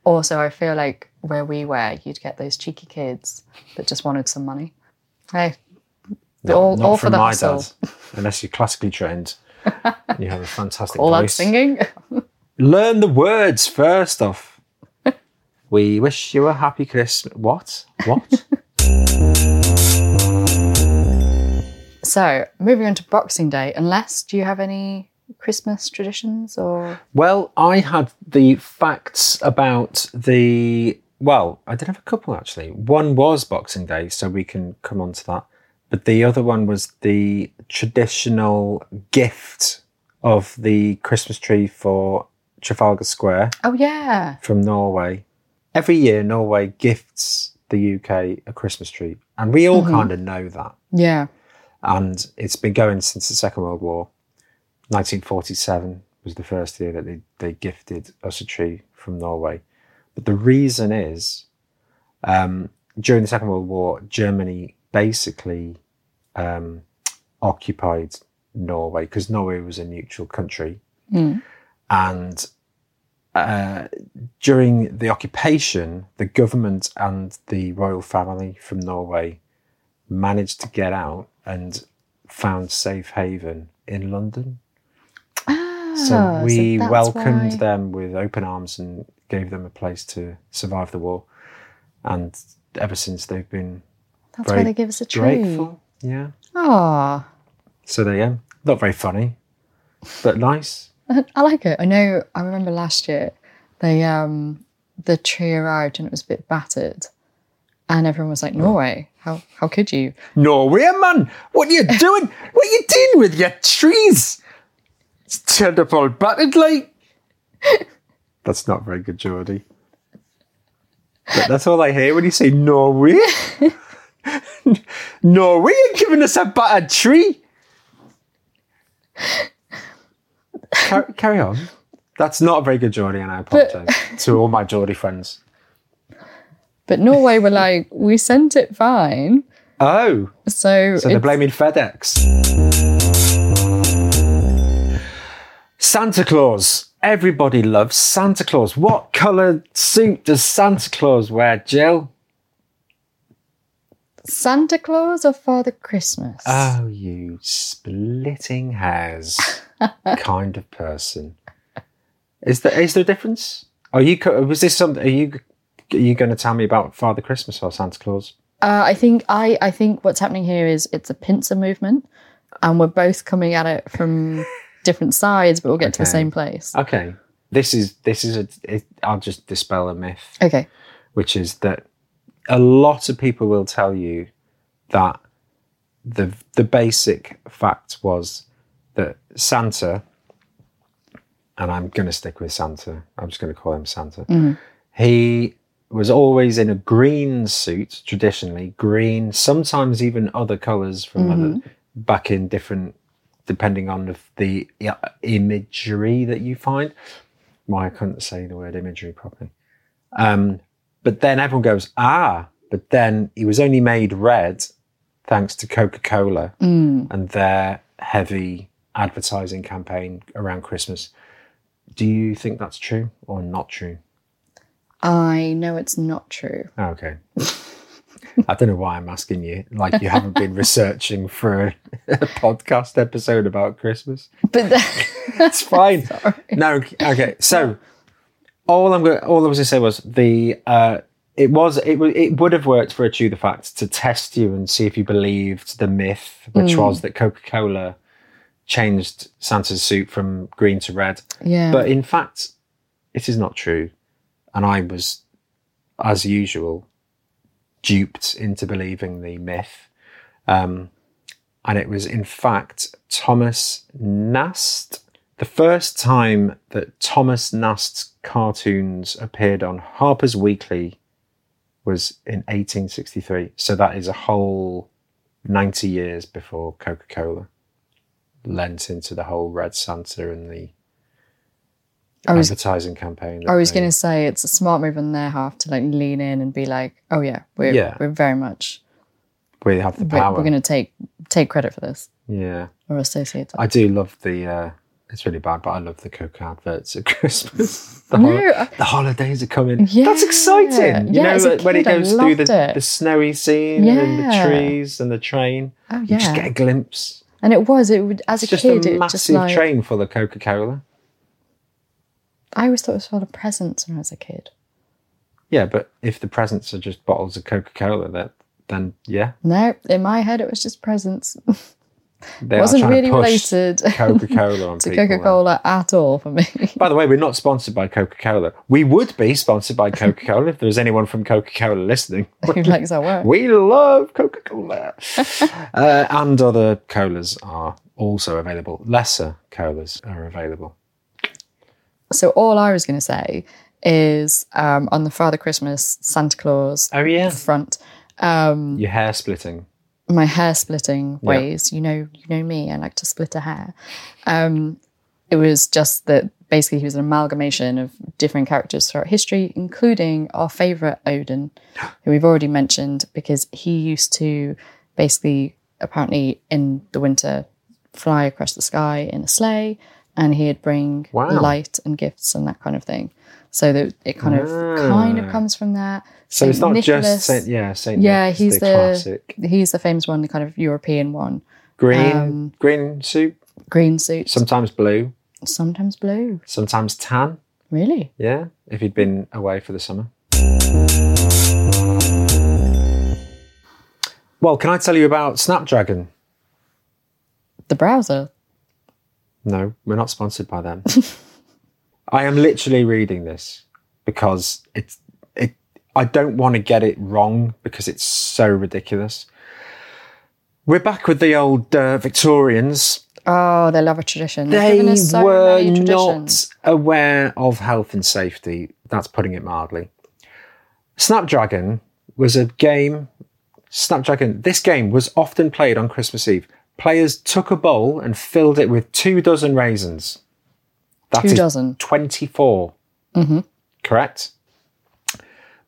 Speaker 1: also, I feel like where we were, you'd get those cheeky kids that just wanted some money. Hey,
Speaker 2: Not,
Speaker 1: All-
Speaker 2: not
Speaker 1: all for
Speaker 2: from
Speaker 1: the
Speaker 2: my
Speaker 1: hustle.
Speaker 2: dad. Unless you're classically trained. and You have a fantastic
Speaker 1: all that
Speaker 2: voice.
Speaker 1: singing.
Speaker 2: Learn the words first off. we wish you a happy Christmas. What? What?
Speaker 1: So, moving on to Boxing Day, unless do you have any Christmas traditions or
Speaker 2: Well, I had the facts about the. Well, I did have a couple actually. One was Boxing Day, so we can come on to that. But the other one was the traditional gift of the Christmas tree for Trafalgar Square
Speaker 1: oh yeah,
Speaker 2: from Norway. Every year, Norway gifts the UK a Christmas tree, and we all kind of know that
Speaker 1: yeah,
Speaker 2: and it's been going since the Second World War. 1947 was the first year that they, they gifted us a tree from Norway. But the reason is um, during the Second World War, Germany basically um, occupied Norway because Norway was a neutral country.
Speaker 1: Mm.
Speaker 2: And uh, during the occupation, the government and the royal family from Norway managed to get out and found safe haven in London.
Speaker 1: Ah,
Speaker 2: so we
Speaker 1: that's
Speaker 2: welcomed
Speaker 1: why-
Speaker 2: them with open arms and gave them a place to survive the war. And ever since they've been
Speaker 1: That's
Speaker 2: very
Speaker 1: why they give us a tree.
Speaker 2: grateful. Yeah.
Speaker 1: Oh,
Speaker 2: So there you go. Not very funny, but nice.
Speaker 1: I like it. I know. I remember last year, they um the tree arrived and it was a bit battered, and everyone was like, "Norway, how how could you?"
Speaker 2: Norway, man, what are you doing? what are you doing with your trees? It's turned up all battered like. That's not very good, Geordie. But that's all I hear when you say Norway. Norway are giving us a battered tree. Car- carry on. That's not a very good Geordie, and I apologise to all my Geordie friends.
Speaker 1: But Norway were like, "We sent it fine."
Speaker 2: Oh.
Speaker 1: So,
Speaker 2: So they're
Speaker 1: it's-
Speaker 2: blaming FedEx. Santa Claus. Everybody loves Santa Claus. What colour suit does Santa Claus wear, Jill?
Speaker 1: Santa Claus or Father Christmas?
Speaker 2: Oh, you splitting hairs kind of person. Is there is there a difference? Are you co- was this something? Are you are you going to tell me about Father Christmas or Santa Claus?
Speaker 1: Uh, I think I I think what's happening here is it's a pincer movement, and we're both coming at it from different sides, but we'll get to the
Speaker 2: Okay.
Speaker 1: same place.
Speaker 2: Okay, this is this is a. It, I'll just dispel a myth.
Speaker 1: Okay.
Speaker 2: which is that a lot of people will tell you that the the basic fact was that Santa, and I'm going to stick with Santa. I'm just going to call him Santa. He was always in a green suit, traditionally green, sometimes even other colours from other back in different, depending on the, the i- imagery that you find. Why I couldn't say the word imagery properly. Um, but then everyone goes, ah, but then he was
Speaker 1: Mm,
Speaker 2: only made red thanks to Coca Cola and their heavy advertising campaign around Christmas. Do you think that's true or not true?
Speaker 1: I know it's not true.
Speaker 2: Oh, okay. I don't know why I'm asking you. Like you haven't been researching for a, a podcast episode about Christmas.
Speaker 1: But
Speaker 2: It's fine. No, okay. So all I'm going, all I was going to say was the uh, it was it wa- it would have worked for a chew the fact to test you and see if you believed the myth, which was that Coca Cola changed Santa's suit from green to red.
Speaker 1: yeah.
Speaker 2: But in fact, it is not true. And I was, as usual, duped into believing the myth. Um, and it was, in fact, Thomas Nast. The first time that Thomas Nast's cartoons appeared on Harper's Weekly was in 1863. So that is a whole 90 years before Coca Cola lent into the whole Red Santa and the
Speaker 1: I was
Speaker 2: advertising campaign. that
Speaker 1: I was
Speaker 2: they-
Speaker 1: going to say it's a smart move on their half to like lean in and be like, "Oh yeah, we're
Speaker 2: Yeah.
Speaker 1: we're very much
Speaker 2: We have the
Speaker 1: we're,
Speaker 2: power.
Speaker 1: we're going to take take credit for this
Speaker 2: yeah,
Speaker 1: or associate it."
Speaker 2: I do love the. Uh, it's really bad, but I love the Coke adverts at Christmas. The,
Speaker 1: No,
Speaker 2: hol-
Speaker 1: I-
Speaker 2: the holidays are coming. That's
Speaker 1: Yeah.
Speaker 2: exciting. You
Speaker 1: Yeah,
Speaker 2: know,
Speaker 1: as a
Speaker 2: like, when it
Speaker 1: kid, I
Speaker 2: goes through the,
Speaker 1: loved it.
Speaker 2: the snowy scene and the
Speaker 1: Yeah.
Speaker 2: trees and the train,
Speaker 1: Oh
Speaker 2: you just get
Speaker 1: yeah,
Speaker 2: a glimpse.
Speaker 1: and it was it would as a
Speaker 2: It's just
Speaker 1: kid
Speaker 2: a
Speaker 1: it
Speaker 2: massive
Speaker 1: just like
Speaker 2: train full of Coca Cola.
Speaker 1: I always thought it was full of presents when I was a kid.
Speaker 2: Yeah, but if the presents are just bottles of Coca Cola, that then yeah,
Speaker 1: No, in my head it was just presents.
Speaker 2: they
Speaker 1: wasn't
Speaker 2: are trying
Speaker 1: really
Speaker 2: to push
Speaker 1: related
Speaker 2: Coca Cola on
Speaker 1: to
Speaker 2: people.
Speaker 1: Coca Cola at all for me.
Speaker 2: By the way, we're not sponsored by Coca Cola. We would be sponsored by Coca Cola if there was anyone from Coca Cola listening.
Speaker 1: Who likes our work?
Speaker 2: We love Coca Cola. uh, and other colas are also available. Lesser colas are available.
Speaker 1: So all I was going to say is um, on the Father Christmas Santa Claus
Speaker 2: Oh, yeah.
Speaker 1: front. Um,
Speaker 2: Your hair splitting.
Speaker 1: my hair splitting
Speaker 2: Yeah.
Speaker 1: ways. You know, you know me. I like to split a hair. Um, it was just that basically he was an amalgamation of different characters throughout history, including our favorite Odin, who we've already mentioned because he used to basically apparently in the winter fly across the sky in a sleigh, and he'd bring
Speaker 2: Wow.
Speaker 1: light and gifts and that kind of thing. So that it kind of kind of
Speaker 2: Ah.
Speaker 1: comes from that.
Speaker 2: So it's
Speaker 1: Saint
Speaker 2: not
Speaker 1: Nicholas-
Speaker 2: just Saint, yeah, Saint.
Speaker 1: Yeah,
Speaker 2: Nick's,
Speaker 1: he's
Speaker 2: the,
Speaker 1: the-
Speaker 2: classic
Speaker 1: He's the famous one, the kind of European one.
Speaker 2: green
Speaker 1: um,
Speaker 2: green suit.
Speaker 1: Green suits.
Speaker 2: Sometimes blue,
Speaker 1: sometimes blue.
Speaker 2: sometimes tan.
Speaker 1: Really?
Speaker 2: Yeah, if he'd been away for the summer. Well, can I tell you about Snapdragon?
Speaker 1: The browser.
Speaker 2: No, we're not sponsored by them. I am literally reading this because it's it I don't want to get it wrong because it's so ridiculous. We're back with the old uh, Victorians.
Speaker 1: Oh, they love a tradition. They've
Speaker 2: They
Speaker 1: given us so
Speaker 2: were
Speaker 1: many
Speaker 2: not
Speaker 1: traditions.
Speaker 2: aware of health and safety. That's putting it mildly. Snapdragon was a game. Snapdragon, this game was often played on Christmas Eve. Players took a bowl and filled it with two dozen raisins. That
Speaker 1: Two
Speaker 2: is
Speaker 1: dozen.
Speaker 2: 24. Correct?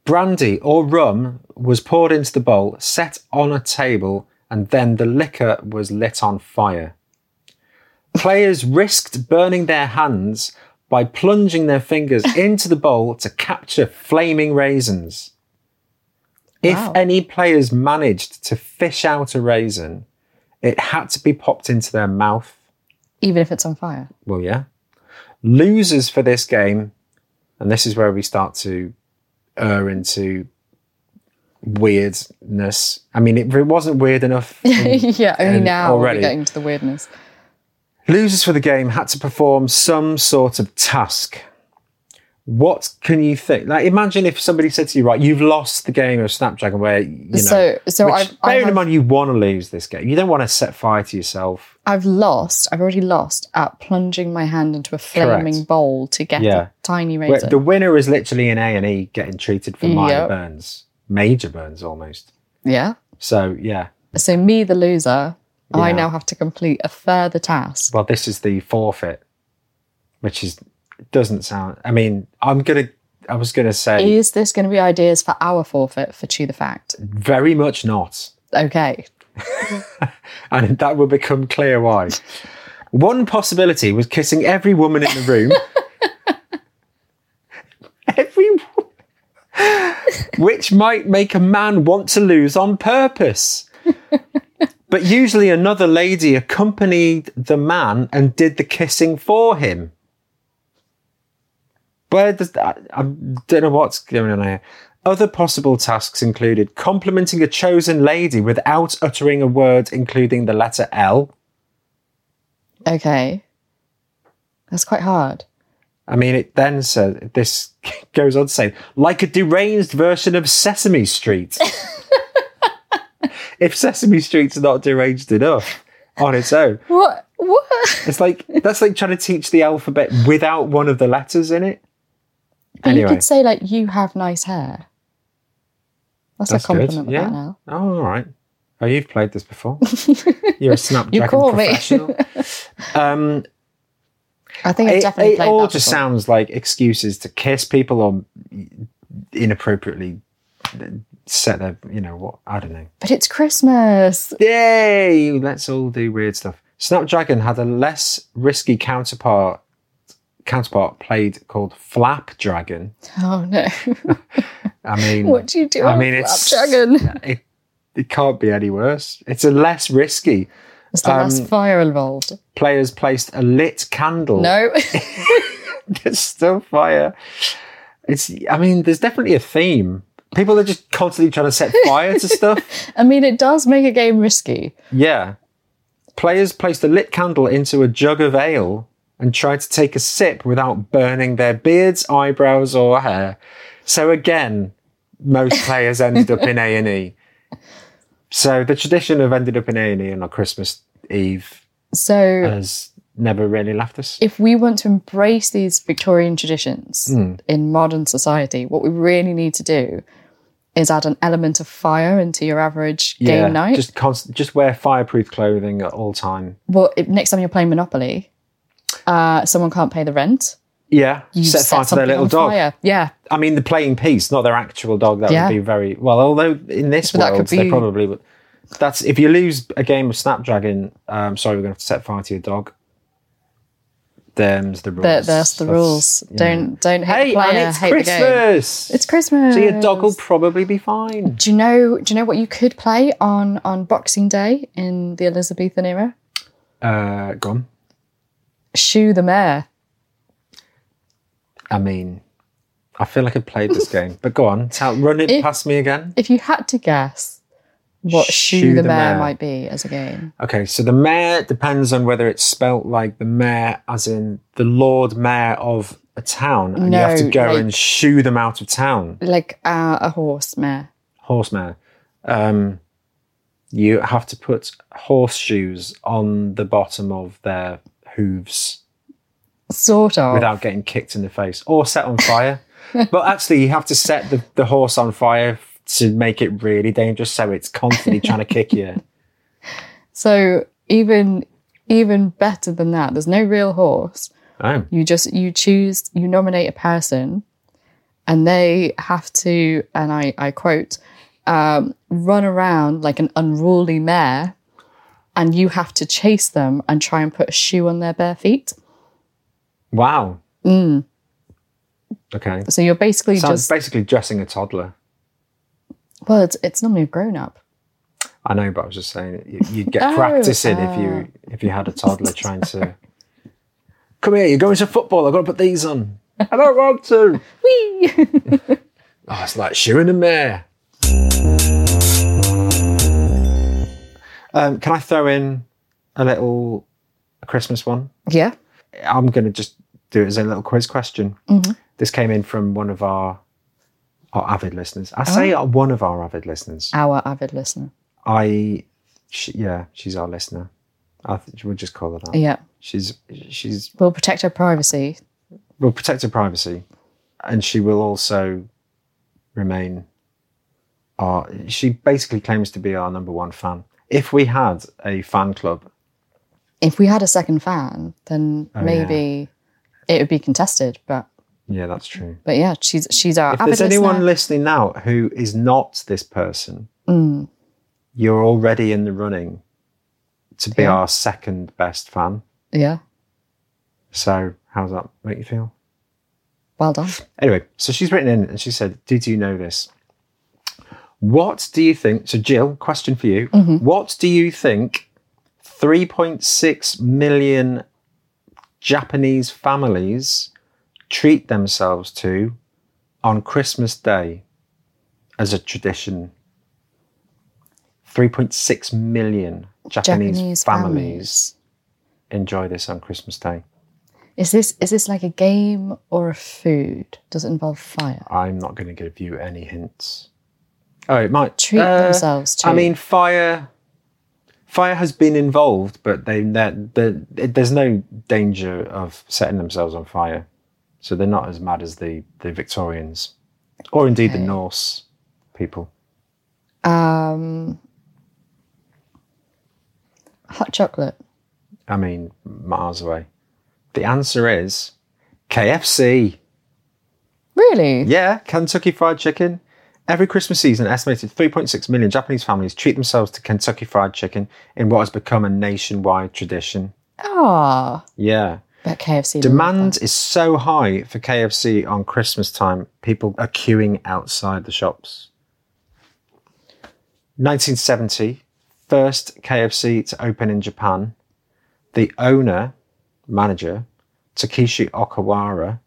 Speaker 2: Brandy or rum was poured into the bowl, set on a table, and then the liquor was lit on fire. Players risked burning their hands by plunging their fingers into the bowl to capture flaming raisins. If
Speaker 1: Wow.
Speaker 2: any players managed to fish out a raisin, it had to be popped into their mouth.
Speaker 1: Even if it's on fire.
Speaker 2: Well, yeah. Losers for this game, and this is where we start to err into weirdness. I mean, it, it wasn't weird enough.
Speaker 1: yeah, only
Speaker 2: and
Speaker 1: now
Speaker 2: already.
Speaker 1: we're getting to the weirdness.
Speaker 2: Losers for the game had to perform some sort of task. What can you think? Like, imagine if somebody said to you, "Right, you've lost the game of Snapdragon." Where you know,
Speaker 1: so so
Speaker 2: which,
Speaker 1: I've, I
Speaker 2: bearing in
Speaker 1: have,
Speaker 2: mind you want to lose this game, you don't want to set fire to yourself.
Speaker 1: I've lost, I've already lost at plunging my hand into a flaming bowl to get
Speaker 2: Yeah.
Speaker 1: a tiny
Speaker 2: Where
Speaker 1: razor.
Speaker 2: the winner is literally in A and E getting treated for minor
Speaker 1: Yep.
Speaker 2: burns, major burns almost.
Speaker 1: yeah.
Speaker 2: So yeah,
Speaker 1: So me, the loser, I
Speaker 2: Yeah.
Speaker 1: now have to complete a further task.
Speaker 2: well, this is the forfeit, which is doesn't sound. I mean, I'm gonna. I was gonna say
Speaker 1: Is this going to be ideas for our forfeit for Chew the Fact?
Speaker 2: very much not,
Speaker 1: Okay.
Speaker 2: and that will become clear why. One possibility was kissing every woman in the room. every wo- which might make a man want to lose on purpose. But usually another lady accompanied the man and did the kissing for him. Where does that? I don't know what's going on here. Other possible tasks included complimenting a chosen lady without uttering a word, including the letter L.
Speaker 1: Okay. That's quite hard.
Speaker 2: I mean, it then says this goes on to say, like a deranged version of Sesame Street. if Sesame Street's not deranged enough on its own,
Speaker 1: What? What?
Speaker 2: it's like that's like trying to teach the alphabet without one of the letters in it.
Speaker 1: But You
Speaker 2: Anyway.
Speaker 1: could say, like, you have nice hair. That's,
Speaker 2: That's
Speaker 1: a
Speaker 2: good,
Speaker 1: compliment with
Speaker 2: yeah.
Speaker 1: that now.
Speaker 2: Oh, all right. Oh, you've played this before. You're a
Speaker 1: You
Speaker 2: snapdragon
Speaker 1: call me.
Speaker 2: professional. um,
Speaker 1: I think I
Speaker 2: it,
Speaker 1: definitely
Speaker 2: it
Speaker 1: played
Speaker 2: all
Speaker 1: that
Speaker 2: just
Speaker 1: before.
Speaker 2: sounds like excuses to kiss people or inappropriately set their, you know, what I don't know.
Speaker 1: But it's Christmas.
Speaker 2: Yay! Let's all do weird stuff. Snapdragon had a less risky counterpart counterpart played called Flap Dragon.
Speaker 1: Oh no!
Speaker 2: I mean,
Speaker 1: what do you do?
Speaker 2: Mm. I mean, it's
Speaker 1: Snapdragon.
Speaker 2: It, it can't be any worse. It's a less risky.
Speaker 1: It's the last
Speaker 2: um, Oh.
Speaker 1: fire involved.
Speaker 2: Players placed a lit candle.
Speaker 1: No.
Speaker 2: There's still fire. It's. I mean, there's definitely a theme. People are just constantly trying to set fire to stuff.
Speaker 1: I mean, it does make a game risky.
Speaker 2: Yeah. Players placed a lit candle into a jug of ale and tried to take a sip without burning their beards, eyebrows, or hair. So again, most players ended up in A and E. So the tradition of ended up in A and E on Christmas Eve
Speaker 1: So,
Speaker 2: has never really left us.
Speaker 1: if we want to embrace these Victorian traditions
Speaker 2: Hmm.
Speaker 1: in modern society, what we really need to do is add an element of fire into your average
Speaker 2: yeah,
Speaker 1: game night.
Speaker 2: just const- just wear fireproof clothing at all time.
Speaker 1: well, if, next time you're playing Monopoly, uh, someone can't pay the rent.
Speaker 2: Yeah,
Speaker 1: You
Speaker 2: set fire to their
Speaker 1: something
Speaker 2: little
Speaker 1: on
Speaker 2: dog.
Speaker 1: Fire. Yeah,
Speaker 2: I mean, the playing piece, not their actual dog. That
Speaker 1: Yeah.
Speaker 2: would be very well. Although in this
Speaker 1: But that
Speaker 2: world,
Speaker 1: could
Speaker 2: they
Speaker 1: be-
Speaker 2: probably would. That's if you lose a game of Snapdragon. Um, sorry, we're going to have to set fire to your dog. Them's the rules.
Speaker 1: but that's the rules.
Speaker 2: you know.
Speaker 1: Don't don't hate
Speaker 2: Hey,
Speaker 1: the player,
Speaker 2: and it's
Speaker 1: hate the game.
Speaker 2: Christmas.
Speaker 1: It's Christmas.
Speaker 2: So your dog will probably be fine.
Speaker 1: Do you know? Do you know what you could play on on Boxing Day in the Elizabethan era?
Speaker 2: Uh, gone.
Speaker 1: Shoe the mare.
Speaker 2: I mean, I feel like I played this game, but go on. Tell, run it
Speaker 1: If-
Speaker 2: past me again.
Speaker 1: If you had to guess what shoe, the, mare, might be as a game,
Speaker 2: Okay, so the mayor depends on whether it's spelt like the mayor, as in the Lord Mayor of a town, and you have to
Speaker 1: No,
Speaker 2: go
Speaker 1: like-
Speaker 2: and shoo them out of town.
Speaker 1: like uh, a horse mare.
Speaker 2: Horse mayor. Um, you have to put horseshoes on the bottom of their hooves
Speaker 1: Sort of.
Speaker 2: without getting kicked in the face or set on fire. but actually, you have to set the, the horse on fire f- to make it really dangerous, so it's constantly trying to kick you.
Speaker 1: so even even better than that, there's no real horse.
Speaker 2: Oh,
Speaker 1: You just you choose you nominate a person, and they have to and I I quote, um, run around like an unruly mare, and you have to chase them and try and put a shoe on their bare feet.
Speaker 2: wow.
Speaker 1: Mm.
Speaker 2: Okay.
Speaker 1: So you're basically
Speaker 2: Sounds
Speaker 1: just
Speaker 2: basically dressing a toddler.
Speaker 1: well, it's it's normally a grown up.
Speaker 2: I know, but I was just saying it- you- you'd get
Speaker 1: Oh, uh.
Speaker 2: practicing if you if you had a toddler trying to come here. You're going to football. I've got to put these on. I don't want to.
Speaker 1: Whee!
Speaker 2: Oh, it's like shoeing a mare. Um, can I throw in a little Christmas one?
Speaker 1: Yeah.
Speaker 2: I'm going to just do it as a little quiz question.
Speaker 1: Mm-hmm.
Speaker 2: This came in from one of our our avid listeners. I say
Speaker 1: Oh.
Speaker 2: one of our avid listeners.
Speaker 1: Our avid listener.
Speaker 2: I, she, yeah, she's our listener. I th- we'll just call her that.
Speaker 1: Yeah.
Speaker 2: She's she's
Speaker 1: We'll protect her privacy.
Speaker 2: will protect her privacy, and she will also remain our. She basically claims to be our number one fan. If we had a fan club,
Speaker 1: If we had a second fan, then
Speaker 2: Oh,
Speaker 1: maybe it would be contested. But
Speaker 2: yeah, that's true.
Speaker 1: but yeah, she's she's our
Speaker 2: If
Speaker 1: avid
Speaker 2: there's
Speaker 1: listener.
Speaker 2: anyone listening now who is not this person,
Speaker 1: Mm.
Speaker 2: you're already in the running to be
Speaker 1: Yeah.
Speaker 2: our second best fan.
Speaker 1: Yeah.
Speaker 2: So how does that make you feel?
Speaker 1: Well done.
Speaker 2: Anyway, so she's written in and she said, Did you know this? What do you think? So, Jill, question for you.
Speaker 1: Mm-hmm.
Speaker 2: What do you think 3.6 million Japanese families treat themselves to on Christmas Day as a tradition? 3.6 million Japanese,
Speaker 1: Japanese
Speaker 2: families
Speaker 1: families.
Speaker 2: enjoy this on Christmas Day.
Speaker 1: Is this is this like a game or a food? Does it involve fire?
Speaker 2: I'm not going to give you any hints. Oh, it might
Speaker 1: Treat themselves to.
Speaker 2: I mean, fire. Fire has been involved, but they that the there's no danger of setting themselves on fire, so they're not as mad as the the Victorians, or indeed the
Speaker 1: Okay.
Speaker 2: Norse people.
Speaker 1: um, hot chocolate.
Speaker 2: I mean, miles away. The answer is KFC.
Speaker 1: Really?
Speaker 2: Yeah, Kentucky Fried Chicken. Every Christmas season, an estimated 3.6 million Japanese families treat themselves to Kentucky Fried Chicken in what has become a nationwide tradition.
Speaker 1: Ah,
Speaker 2: Yeah.
Speaker 1: but KFC. didn't have
Speaker 2: Demand is so high for KFC on Christmas time, people are queuing outside the shops. 1970, first KFC to open in Japan. The owner, manager, Takeshi Okawara,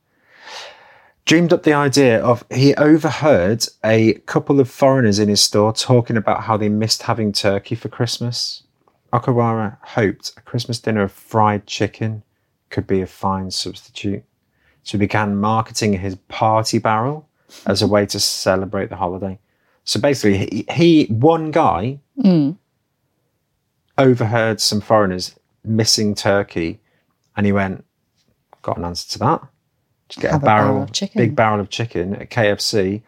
Speaker 2: dreamed up the idea of he overheard a couple of foreigners in his store talking about how they missed having turkey for Christmas. Okawara hoped a Christmas dinner of fried chicken could be a fine substitute. So he began marketing his party barrel as a way to celebrate the holiday. So basically, he, he one guy
Speaker 1: that. Mm.
Speaker 2: overheard some foreigners missing turkey, and he went, "Got an answer to that? Just get
Speaker 1: Have
Speaker 2: a
Speaker 1: a barrel
Speaker 2: barrel,
Speaker 1: of chicken."
Speaker 2: big barrel of chicken at KFC."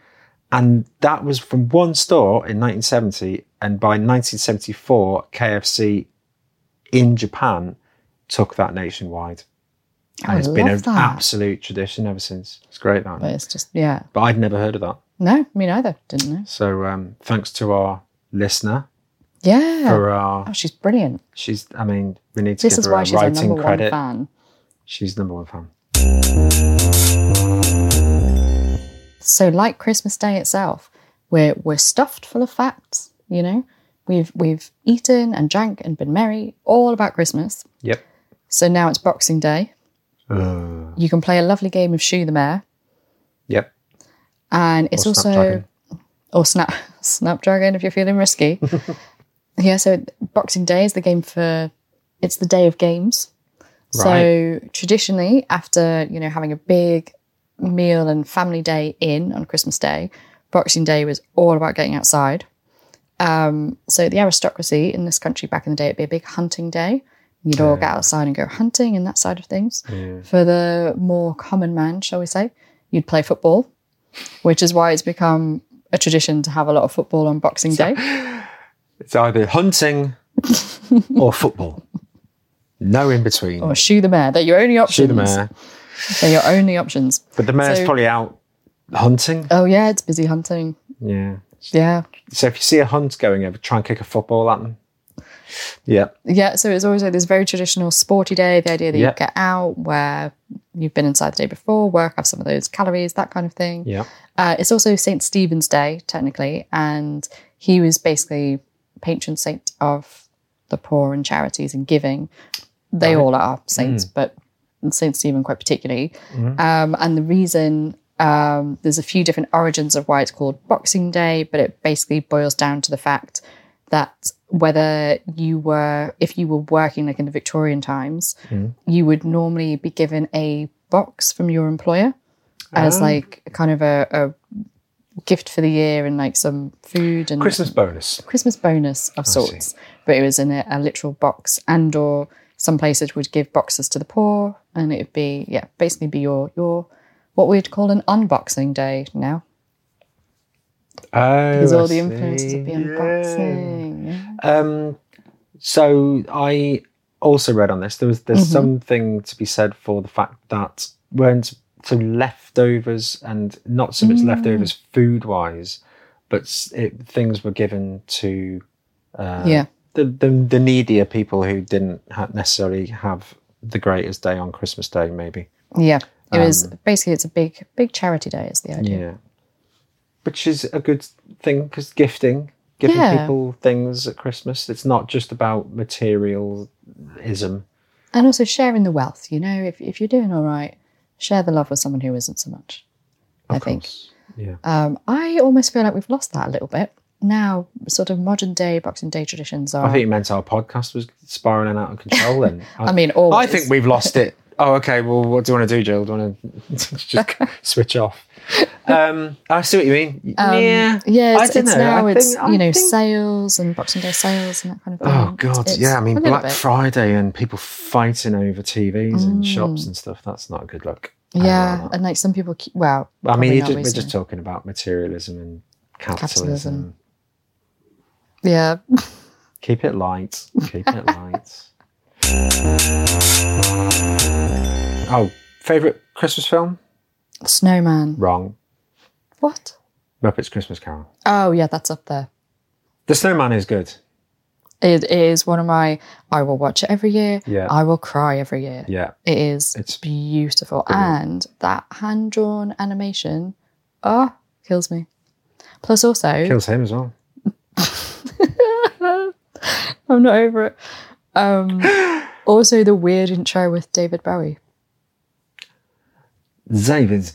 Speaker 2: And that was from one store in 1970, and by 1974, KFC in Japan took that nationwide, and
Speaker 1: I
Speaker 2: it's been
Speaker 1: love
Speaker 2: an
Speaker 1: that.
Speaker 2: absolute tradition ever since. It's great, that.
Speaker 1: But it's just yeah.
Speaker 2: But I'd never heard of that.
Speaker 1: No, me neither. Didn't know.
Speaker 2: So um, thanks to our listener
Speaker 1: Yeah.
Speaker 2: for our.
Speaker 1: oh, she's brilliant.
Speaker 2: She's. I mean, we need to
Speaker 1: This
Speaker 2: give
Speaker 1: is
Speaker 2: her
Speaker 1: why
Speaker 2: a
Speaker 1: she's our
Speaker 2: writing
Speaker 1: number one
Speaker 2: credit.
Speaker 1: fan.
Speaker 2: She's number one fan.
Speaker 1: So, like Christmas Day itself, we're we're stuffed full of facts. You know, we've we've eaten and drank and been merry all about Christmas.
Speaker 2: Yep.
Speaker 1: So now it's Boxing Day.
Speaker 2: Uh,
Speaker 1: You can play a lovely game of Shoe the Mare,
Speaker 2: yep.
Speaker 1: and it's
Speaker 2: Or
Speaker 1: also
Speaker 2: Snapdragon.
Speaker 1: or snap snapdragon if you're feeling risky yeah so boxing day is the game for it's the day of games so traditionally after you know having a big meal and family day in on christmas day boxing day was all about getting outside um, so the aristocracy in this country back in the day it'd be a big hunting day you'd all get outside and go hunting and that side of things
Speaker 2: Yeah.
Speaker 1: for the more common man, shall we say, you'd play football, which is why it's become a tradition to have a lot of football on Boxing Day.
Speaker 2: It's either hunting or football. No in between.
Speaker 1: Or shoe the mare. They're your only options.
Speaker 2: Shoot the mare.
Speaker 1: They're your only options.
Speaker 2: But the mare's
Speaker 1: So-
Speaker 2: probably out hunting.
Speaker 1: Oh yeah, it's busy hunting.
Speaker 2: Yeah.
Speaker 1: Yeah.
Speaker 2: So if you see a hunt going over, try and kick a football at them. Yeah.
Speaker 1: Yeah, so it's always like this very traditional sporty day, the idea that
Speaker 2: Yep.
Speaker 1: you get out where you've been inside the day before, work off some of those calories, that kind of thing.
Speaker 2: Yeah.
Speaker 1: Uh, it's also St. Stephen's Day, technically, and he was basically patron saint of the poor and charities and giving. They all are
Speaker 2: Hmm.
Speaker 1: saints, but St. Stephen quite particularly.
Speaker 2: Mm-hmm.
Speaker 1: Um, and the reason um, there's a few different origins of why it's called Boxing Day, but it basically boils down to the fact that whether you were, if you were working like in the Victorian times,
Speaker 2: Hmm.
Speaker 1: you would normally be given a box from your employer as
Speaker 2: Ah.
Speaker 1: like kind of a, a gift for the year and like some food and
Speaker 2: Christmas bonus.
Speaker 1: Christmas bonus of
Speaker 2: see.
Speaker 1: sorts. But it was in a, a literal box and or some places would give boxes to the poor and it would be yeah, basically be your your what we'd call an unboxing day now.
Speaker 2: Oh,
Speaker 1: Because
Speaker 2: I
Speaker 1: all the influences
Speaker 2: see.
Speaker 1: would be
Speaker 2: Yeah.
Speaker 1: unboxing. yeah.
Speaker 2: Um, so I also read on this. There was there's something to be said for the fact that weren't some leftovers and not so much leftovers food wise, but s- it, things were given to uh,
Speaker 1: Yeah.
Speaker 2: the, the the needier people who didn't ha- necessarily have the greatest day on Christmas Day, maybe.
Speaker 1: Yeah. It was basically it's a big big charity day is the idea.
Speaker 2: um, Yeah. Which is a good thing because gifting, giving
Speaker 1: Yeah.
Speaker 2: people things at Christmas, it's not just about materialism.
Speaker 1: And also sharing the wealth, you know, if if you're doing all right, share the love with someone who isn't so much.
Speaker 2: Of
Speaker 1: I think.
Speaker 2: course. Yeah.
Speaker 1: Um, I almost feel like we've lost that a little bit. Now, sort of modern day Boxing Day traditions are
Speaker 2: I think you meant our podcast was spiraling out of control then.
Speaker 1: Um, I mean always
Speaker 2: I think we've lost it. Oh, okay. Well, what do you want to do, Jill? Do you want to just switch off? Um, I see what you mean.
Speaker 1: Um,
Speaker 2: yeah.
Speaker 1: yeah, it's,
Speaker 2: I don't
Speaker 1: it's
Speaker 2: know. I
Speaker 1: now it's
Speaker 2: think- I
Speaker 1: you know
Speaker 2: think-
Speaker 1: sales and Boxing Day sales and that kind of thing.
Speaker 2: Oh God,
Speaker 1: It's
Speaker 2: yeah. I mean,
Speaker 1: a little
Speaker 2: Black
Speaker 1: bit.
Speaker 2: Friday and people fighting over TVs and shops
Speaker 1: Mm.
Speaker 2: and stuff—that's not a good look. I don't
Speaker 1: yeah,
Speaker 2: like that.
Speaker 1: and like some people, keep, well,
Speaker 2: I mean,
Speaker 1: probably
Speaker 2: you
Speaker 1: not
Speaker 2: just, we're
Speaker 1: recently.
Speaker 2: just talking about materialism and
Speaker 1: Capitalism.
Speaker 2: capitalism.
Speaker 1: yeah,
Speaker 2: Keep it light. Keep it light. Oh, favorite Christmas film?
Speaker 1: Snowman.
Speaker 2: Wrong.
Speaker 1: What?
Speaker 2: Muppets Christmas Carol.
Speaker 1: Oh yeah, that's up there.
Speaker 2: The Snowman is good.
Speaker 1: It is one of my. I will watch it every year.
Speaker 2: Yeah.
Speaker 1: I will cry every year.
Speaker 2: Yeah,
Speaker 1: It is
Speaker 2: It's
Speaker 1: beautiful,
Speaker 2: brilliant.
Speaker 1: and that hand drawn animation, oh, kills me. Plus, also,
Speaker 2: kills him as well.
Speaker 1: I'm not over it. Um, also, the weird intro with David Bowie.
Speaker 2: David,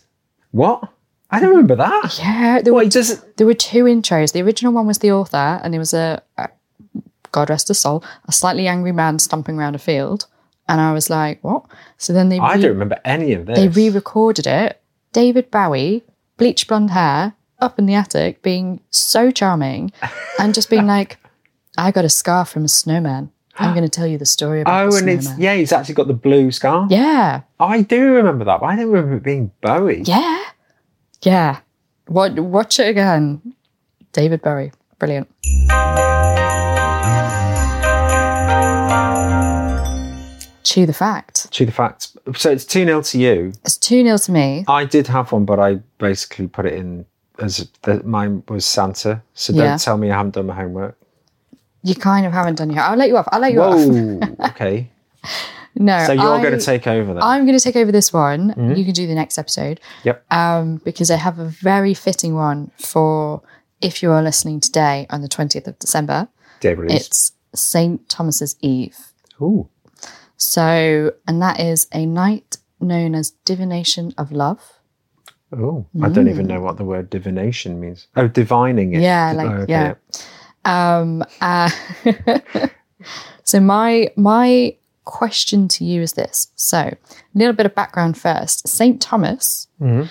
Speaker 2: what? I don't remember that.
Speaker 1: Yeah, there
Speaker 2: Well,
Speaker 1: were,
Speaker 2: he doesn't.
Speaker 1: there were two intros. The original one was the author, and it was a, a God rest his soul, a slightly angry man stomping around a field. And I was like, what? So then they
Speaker 2: I
Speaker 1: re-
Speaker 2: don't remember any of this.
Speaker 1: they re-recorded it. David Bowie, bleach blonde hair, up in the attic, being so charming, and just being like, I got a scar from a snowman. I'm going to tell you the story about
Speaker 2: Oh,
Speaker 1: the
Speaker 2: and
Speaker 1: snowman.
Speaker 2: it's yeah, he's actually got the blue scar.
Speaker 1: yeah.
Speaker 2: I do remember that, but I don't remember it being Bowie.
Speaker 1: Yeah. Yeah. Watch, watch it again. David Bowie. Brilliant. Chew the fact.
Speaker 2: To the fact, so it's two 0 to you.
Speaker 1: It's 2 0 to me.
Speaker 2: I did have one, but I basically put it in as the, mine was Santa. So don't
Speaker 1: Yeah.
Speaker 2: tell me I haven't done my homework.
Speaker 1: You kind of haven't done your. I'll let you off. I'll let you off.
Speaker 2: Whoa, okay.
Speaker 1: No.
Speaker 2: So you're
Speaker 1: I-
Speaker 2: going to take over then.
Speaker 1: I'm going to take over this one.
Speaker 2: Mhm.
Speaker 1: You can do the next episode.
Speaker 2: Yep.
Speaker 1: Um, because I have a very fitting one for if you are listening today on the 20th of December.
Speaker 2: David Rees.
Speaker 1: It's St. Thomas's Eve.
Speaker 2: Ooh,
Speaker 1: So, and that is a night known as Divination of Love.
Speaker 2: oh, I don't even know what the word divination means. Oh, divining it.
Speaker 1: Mm. Yeah,
Speaker 2: Di-
Speaker 1: like,
Speaker 2: oh, okay,
Speaker 1: yeah. Um, uh, so my my question to you is this: so a little bit of background first. Saint Thomas,
Speaker 2: Mhm.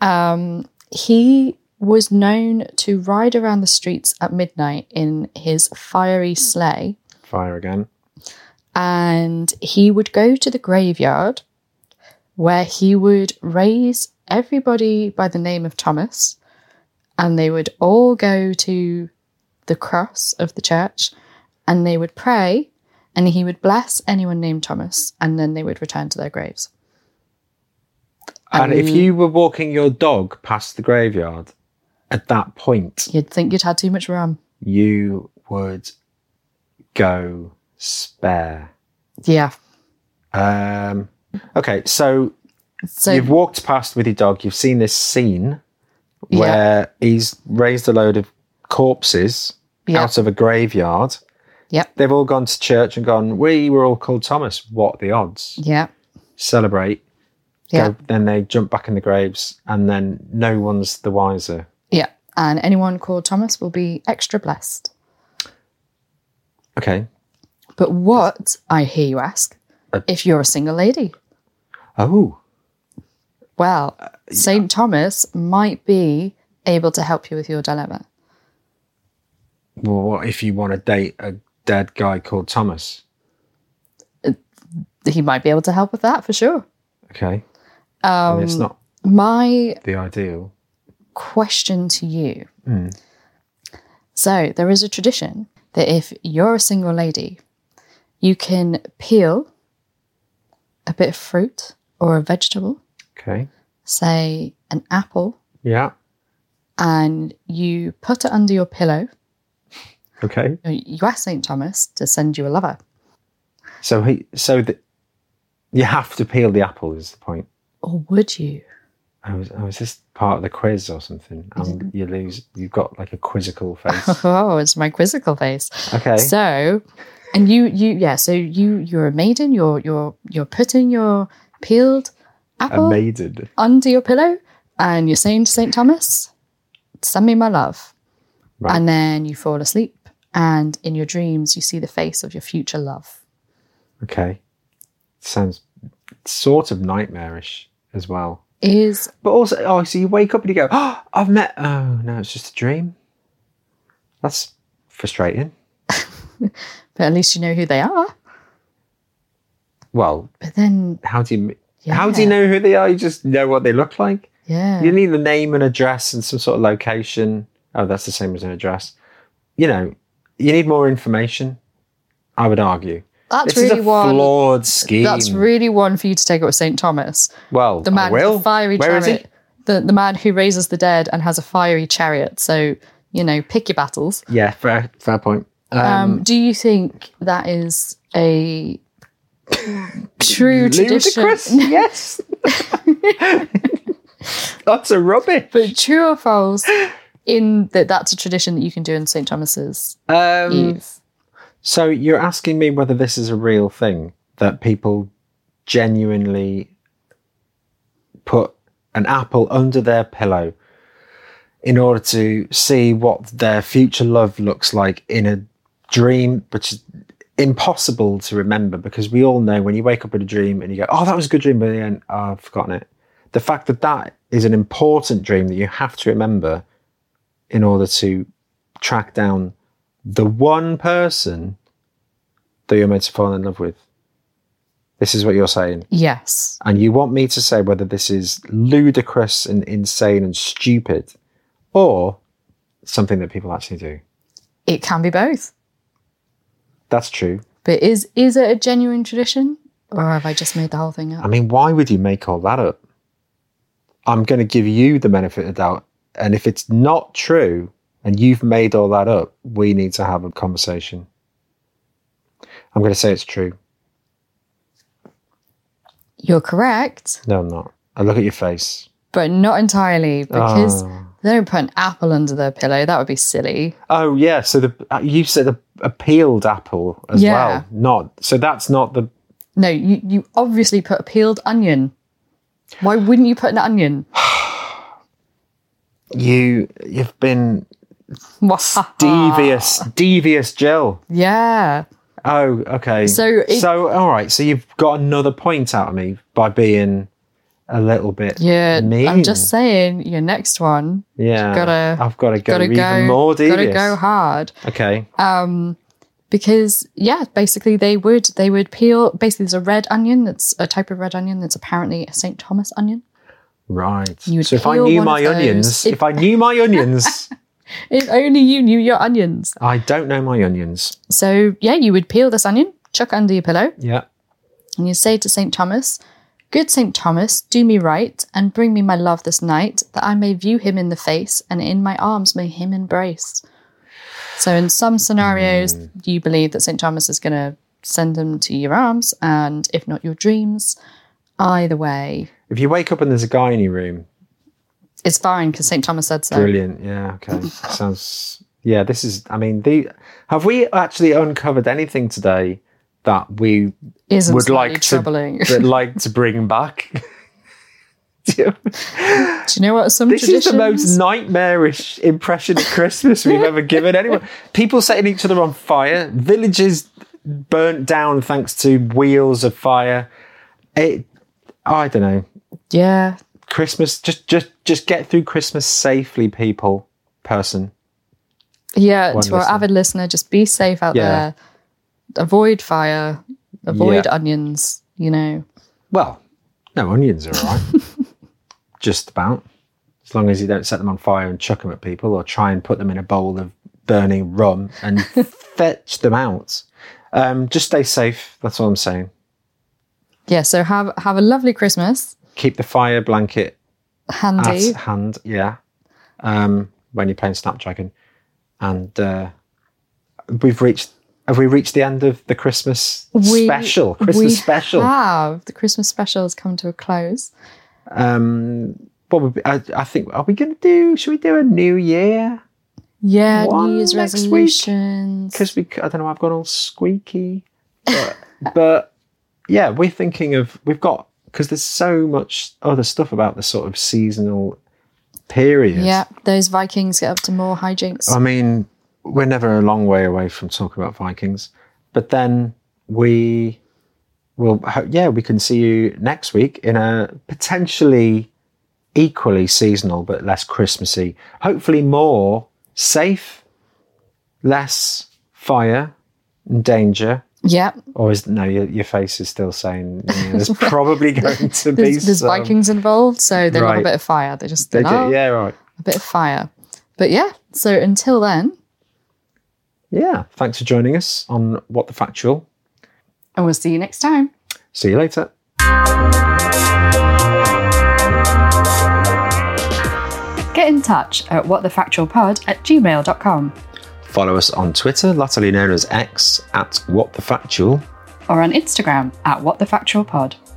Speaker 1: um, he was known to ride around the streets at midnight in his fiery sleigh,
Speaker 2: Fire again.
Speaker 1: and he would go to the graveyard where he would raise everybody by the name of Thomas, and they would all go to the cross of the church and they would pray, and he would bless anyone named Thomas, and then they would return to their graves.
Speaker 2: And if
Speaker 1: Um,
Speaker 2: you were walking your dog past the graveyard at that point,
Speaker 1: You'd think you'd had too much rum.
Speaker 2: you would go spare.
Speaker 1: Yeah.
Speaker 2: Um, okay, so,
Speaker 1: So
Speaker 2: you've walked past with your dog, you've seen this scene
Speaker 1: Yeah.
Speaker 2: where he's raised a load of corpses
Speaker 1: Yeah.
Speaker 2: out of a graveyard.
Speaker 1: Yep.
Speaker 2: They've all gone to church and gone, We were all called Thomas. What the odds?
Speaker 1: yeah,
Speaker 2: Celebrate.
Speaker 1: yeah,
Speaker 2: Go- then they jump back in the graves, and then no one's the wiser.
Speaker 1: yeah. And anyone called Thomas will be extra blessed.
Speaker 2: Okay.
Speaker 1: But what, I hear you ask,
Speaker 2: Uh,
Speaker 1: if you're a single lady?
Speaker 2: Oh,
Speaker 1: Well,
Speaker 2: Uh,
Speaker 1: St. Thomas might be able to help you with your dilemma.
Speaker 2: well, what if you want to date a dead guy called Thomas?
Speaker 1: He might be able to help with that for sure.
Speaker 2: Okay. I mean,
Speaker 1: Um,
Speaker 2: it's not
Speaker 1: my
Speaker 2: the ideal.
Speaker 1: question to you
Speaker 2: Mm.
Speaker 1: so, there is a tradition that if you're a single lady, you can peel a bit of fruit or a vegetable,
Speaker 2: Okay.
Speaker 1: say an apple,
Speaker 2: Yeah.
Speaker 1: and you put it under your pillow.
Speaker 2: Okay.
Speaker 1: You ask St. Thomas to send you a lover.
Speaker 2: So he, so the, You have to peel the apple, is the point.
Speaker 1: Or would you?
Speaker 2: I was, I was just part of the quiz or something, and you lose. You've got like a quizzical face.
Speaker 1: Oh, it's my quizzical face.
Speaker 2: Okay.
Speaker 1: So, and you, you, yeah. So you, you're a maiden. You're, you're, you're putting your peeled
Speaker 2: a
Speaker 1: apple
Speaker 2: maiden.
Speaker 1: under your pillow, and you're saying to Saint Thomas, "Send me my love,"
Speaker 2: Right.
Speaker 1: and then you fall asleep, and in your dreams you see the face of your future love.
Speaker 2: Okay. Sounds sort of nightmarish as well.
Speaker 1: Is
Speaker 2: But also, oh, so you wake up and you go, oh, I've met. Oh, no, it's just a dream. That's frustrating.
Speaker 1: but at least you know who they are.
Speaker 2: Well,
Speaker 1: But then,
Speaker 2: how do you
Speaker 1: yeah,
Speaker 2: how do you know who they are? You just know what they look like.
Speaker 1: Yeah,
Speaker 2: You need a name and address and some sort of location. Oh, that's the same as an address. You know, you need more information. I would argue
Speaker 1: that's
Speaker 2: this
Speaker 1: really
Speaker 2: is a
Speaker 1: one.
Speaker 2: flawed scheme.
Speaker 1: That's really one for you to take up with Saint Thomas.
Speaker 2: well,
Speaker 1: the man
Speaker 2: I
Speaker 1: with
Speaker 2: will.
Speaker 1: the fiery
Speaker 2: Where is
Speaker 1: chariot. The the man who raises the dead and has a fiery chariot. So, you know, pick your battles.
Speaker 2: he? Yeah, fair, fair point. Um,
Speaker 1: Um, do you think that is a true tradition?
Speaker 2: ludicrous. yes, that's a rubbish.
Speaker 1: But true or false in that that's a tradition that you can do in St. Thomas's
Speaker 2: Um,
Speaker 1: Eve.
Speaker 2: So you're asking me whether this is a real thing that people genuinely put an apple under their pillow in order to see what their future love looks like in a dream, which is impossible to remember because we all know when you wake up in a dream and you go, "Oh, that was a good dream," but in the end, oh, I've forgotten it. The fact that that is an important dream that you have to remember in order to track down the one person that you're meant to fall in love with. This is what you're saying.
Speaker 1: Yes.
Speaker 2: And you want me to say whether this is ludicrous and insane and stupid or something that people actually do.
Speaker 1: It can be both.
Speaker 2: That's true.
Speaker 1: But is is it a genuine tradition? Or have I just made the whole thing up?
Speaker 2: I mean, why would you make all that up? I'm going to give you the benefit of doubt. And if it's not true and you've made all that up, we need to have a conversation. I'm going to say it's true.
Speaker 1: You're correct,
Speaker 2: No, I'm not. I look at your face.
Speaker 1: but not entirely because
Speaker 2: Ah.
Speaker 1: they don't put an apple under their pillow. That would be silly.
Speaker 2: Oh yeah, so the uh, you said a, a peeled apple as
Speaker 1: Yeah.
Speaker 2: well. Not so that's not the
Speaker 1: No, you, you obviously put a peeled onion. Why wouldn't you put an onion?
Speaker 2: you you've been
Speaker 1: Stevie.
Speaker 2: devious devious Jill.
Speaker 1: Yeah.
Speaker 2: Oh, okay.
Speaker 1: So it-
Speaker 2: so all right, so you've got another point out of me by being a little bit
Speaker 1: Yeah. I'm
Speaker 2: Mean.
Speaker 1: just saying, your next one,
Speaker 2: yeah.
Speaker 1: gotta-
Speaker 2: I've got to go
Speaker 1: gotta
Speaker 2: even
Speaker 1: go,
Speaker 2: more
Speaker 1: gotta
Speaker 2: devious.
Speaker 1: go hard.
Speaker 2: Okay.
Speaker 1: Um, because yeah, basically they would they would peel. Basically, there's a red onion. That's a type of red onion that's apparently a Saint Thomas onion.
Speaker 2: Right.
Speaker 1: You would
Speaker 2: So if I
Speaker 1: peel
Speaker 2: knew
Speaker 1: one
Speaker 2: my
Speaker 1: of those.
Speaker 2: onions,
Speaker 1: If-
Speaker 2: if I knew my onions,
Speaker 1: If only you knew your onions.
Speaker 2: I don't know my onions.
Speaker 1: So yeah, you would peel this onion, chuck it under your pillow,
Speaker 2: Yeah.
Speaker 1: and you say to St. Thomas, Good St. Thomas, do me right, and bring me my love this night, that I may view him in the face, and in my arms may him embrace. So, in some scenarios,
Speaker 2: Mm.
Speaker 1: you believe that St. Thomas is going to send him to your arms, and if not your dreams, either way,
Speaker 2: If you wake up and there's a guy in your room,
Speaker 1: it's fine because St. Thomas said so.
Speaker 2: Brilliant. Yeah. Okay. Sounds. Yeah. This is. I mean, the have we actually uncovered anything today that we
Speaker 1: Isn't
Speaker 2: Would
Speaker 1: would
Speaker 2: like to-
Speaker 1: troubling.
Speaker 2: would like to bring back? Do you-
Speaker 1: do you know what? Some
Speaker 2: this is
Speaker 1: traditions.
Speaker 2: the most nightmarish impression of Christmas we've ever given anyone. People setting each other on fire, villages burnt down thanks to wheels of fire. It. I don't know.
Speaker 1: yeah,
Speaker 2: Christmas. Just, just, just get through Christmas safely, people. Person.
Speaker 1: yeah. To our
Speaker 2: listener.
Speaker 1: avid listener, just be safe out
Speaker 2: Yeah.
Speaker 1: there. Avoid fire. Avoid
Speaker 2: Yeah.
Speaker 1: onions. You know.
Speaker 2: Well, no, onions are all right. Just about. As long as you don't set them on fire and chuck them at people or try and put them in a bowl of burning rum and fetch them out. Um, just stay safe. That's all I'm saying.
Speaker 1: yeah so have have a lovely christmas
Speaker 2: Keep the fire blanket at
Speaker 1: handy
Speaker 2: hand. Yeah. Um, when you're playing Snapdragon. And uh, we've reached Have we reached the end of the Christmas
Speaker 1: We-
Speaker 2: special? Christmas
Speaker 1: we
Speaker 2: special.
Speaker 1: have the Christmas special has come to a close.
Speaker 2: Um, what would be, I, I think, are we going to do, should we do a New Year?
Speaker 1: Yeah,
Speaker 2: One
Speaker 1: New Year's
Speaker 2: next week.
Speaker 1: resolutions.
Speaker 2: Because we, I don't know, I've gone all squeaky. But, but yeah, we're thinking of, we've got, because there's so much other stuff about the sort of seasonal period.
Speaker 1: Yeah, those Vikings get up to more hijinks.
Speaker 2: I mean, we're never a long way away from talking about Vikings, but then we will, ho- yeah, we can see you next week in a potentially equally seasonal but less Christmassy, hopefully more safe, less fire and danger.
Speaker 1: yeah,
Speaker 2: Or is no? Your, your face is still saying yeah, there's probably going to be
Speaker 1: there's, there's
Speaker 2: some-
Speaker 1: Vikings involved, so they love a
Speaker 2: Right.
Speaker 1: bit of fire. They just
Speaker 2: They do-
Speaker 1: love
Speaker 2: yeah, right.
Speaker 1: a bit of fire. But yeah, so until then,
Speaker 2: Yeah. Thanks for joining us on What the Factual.
Speaker 1: and we'll see you next time.
Speaker 2: See you later.
Speaker 1: Get in touch at whatthefactualpod at gmail.com
Speaker 2: Follow us on Twitter, latterly known as X, at What the Factual,
Speaker 1: or on Instagram at whatthefactualpod.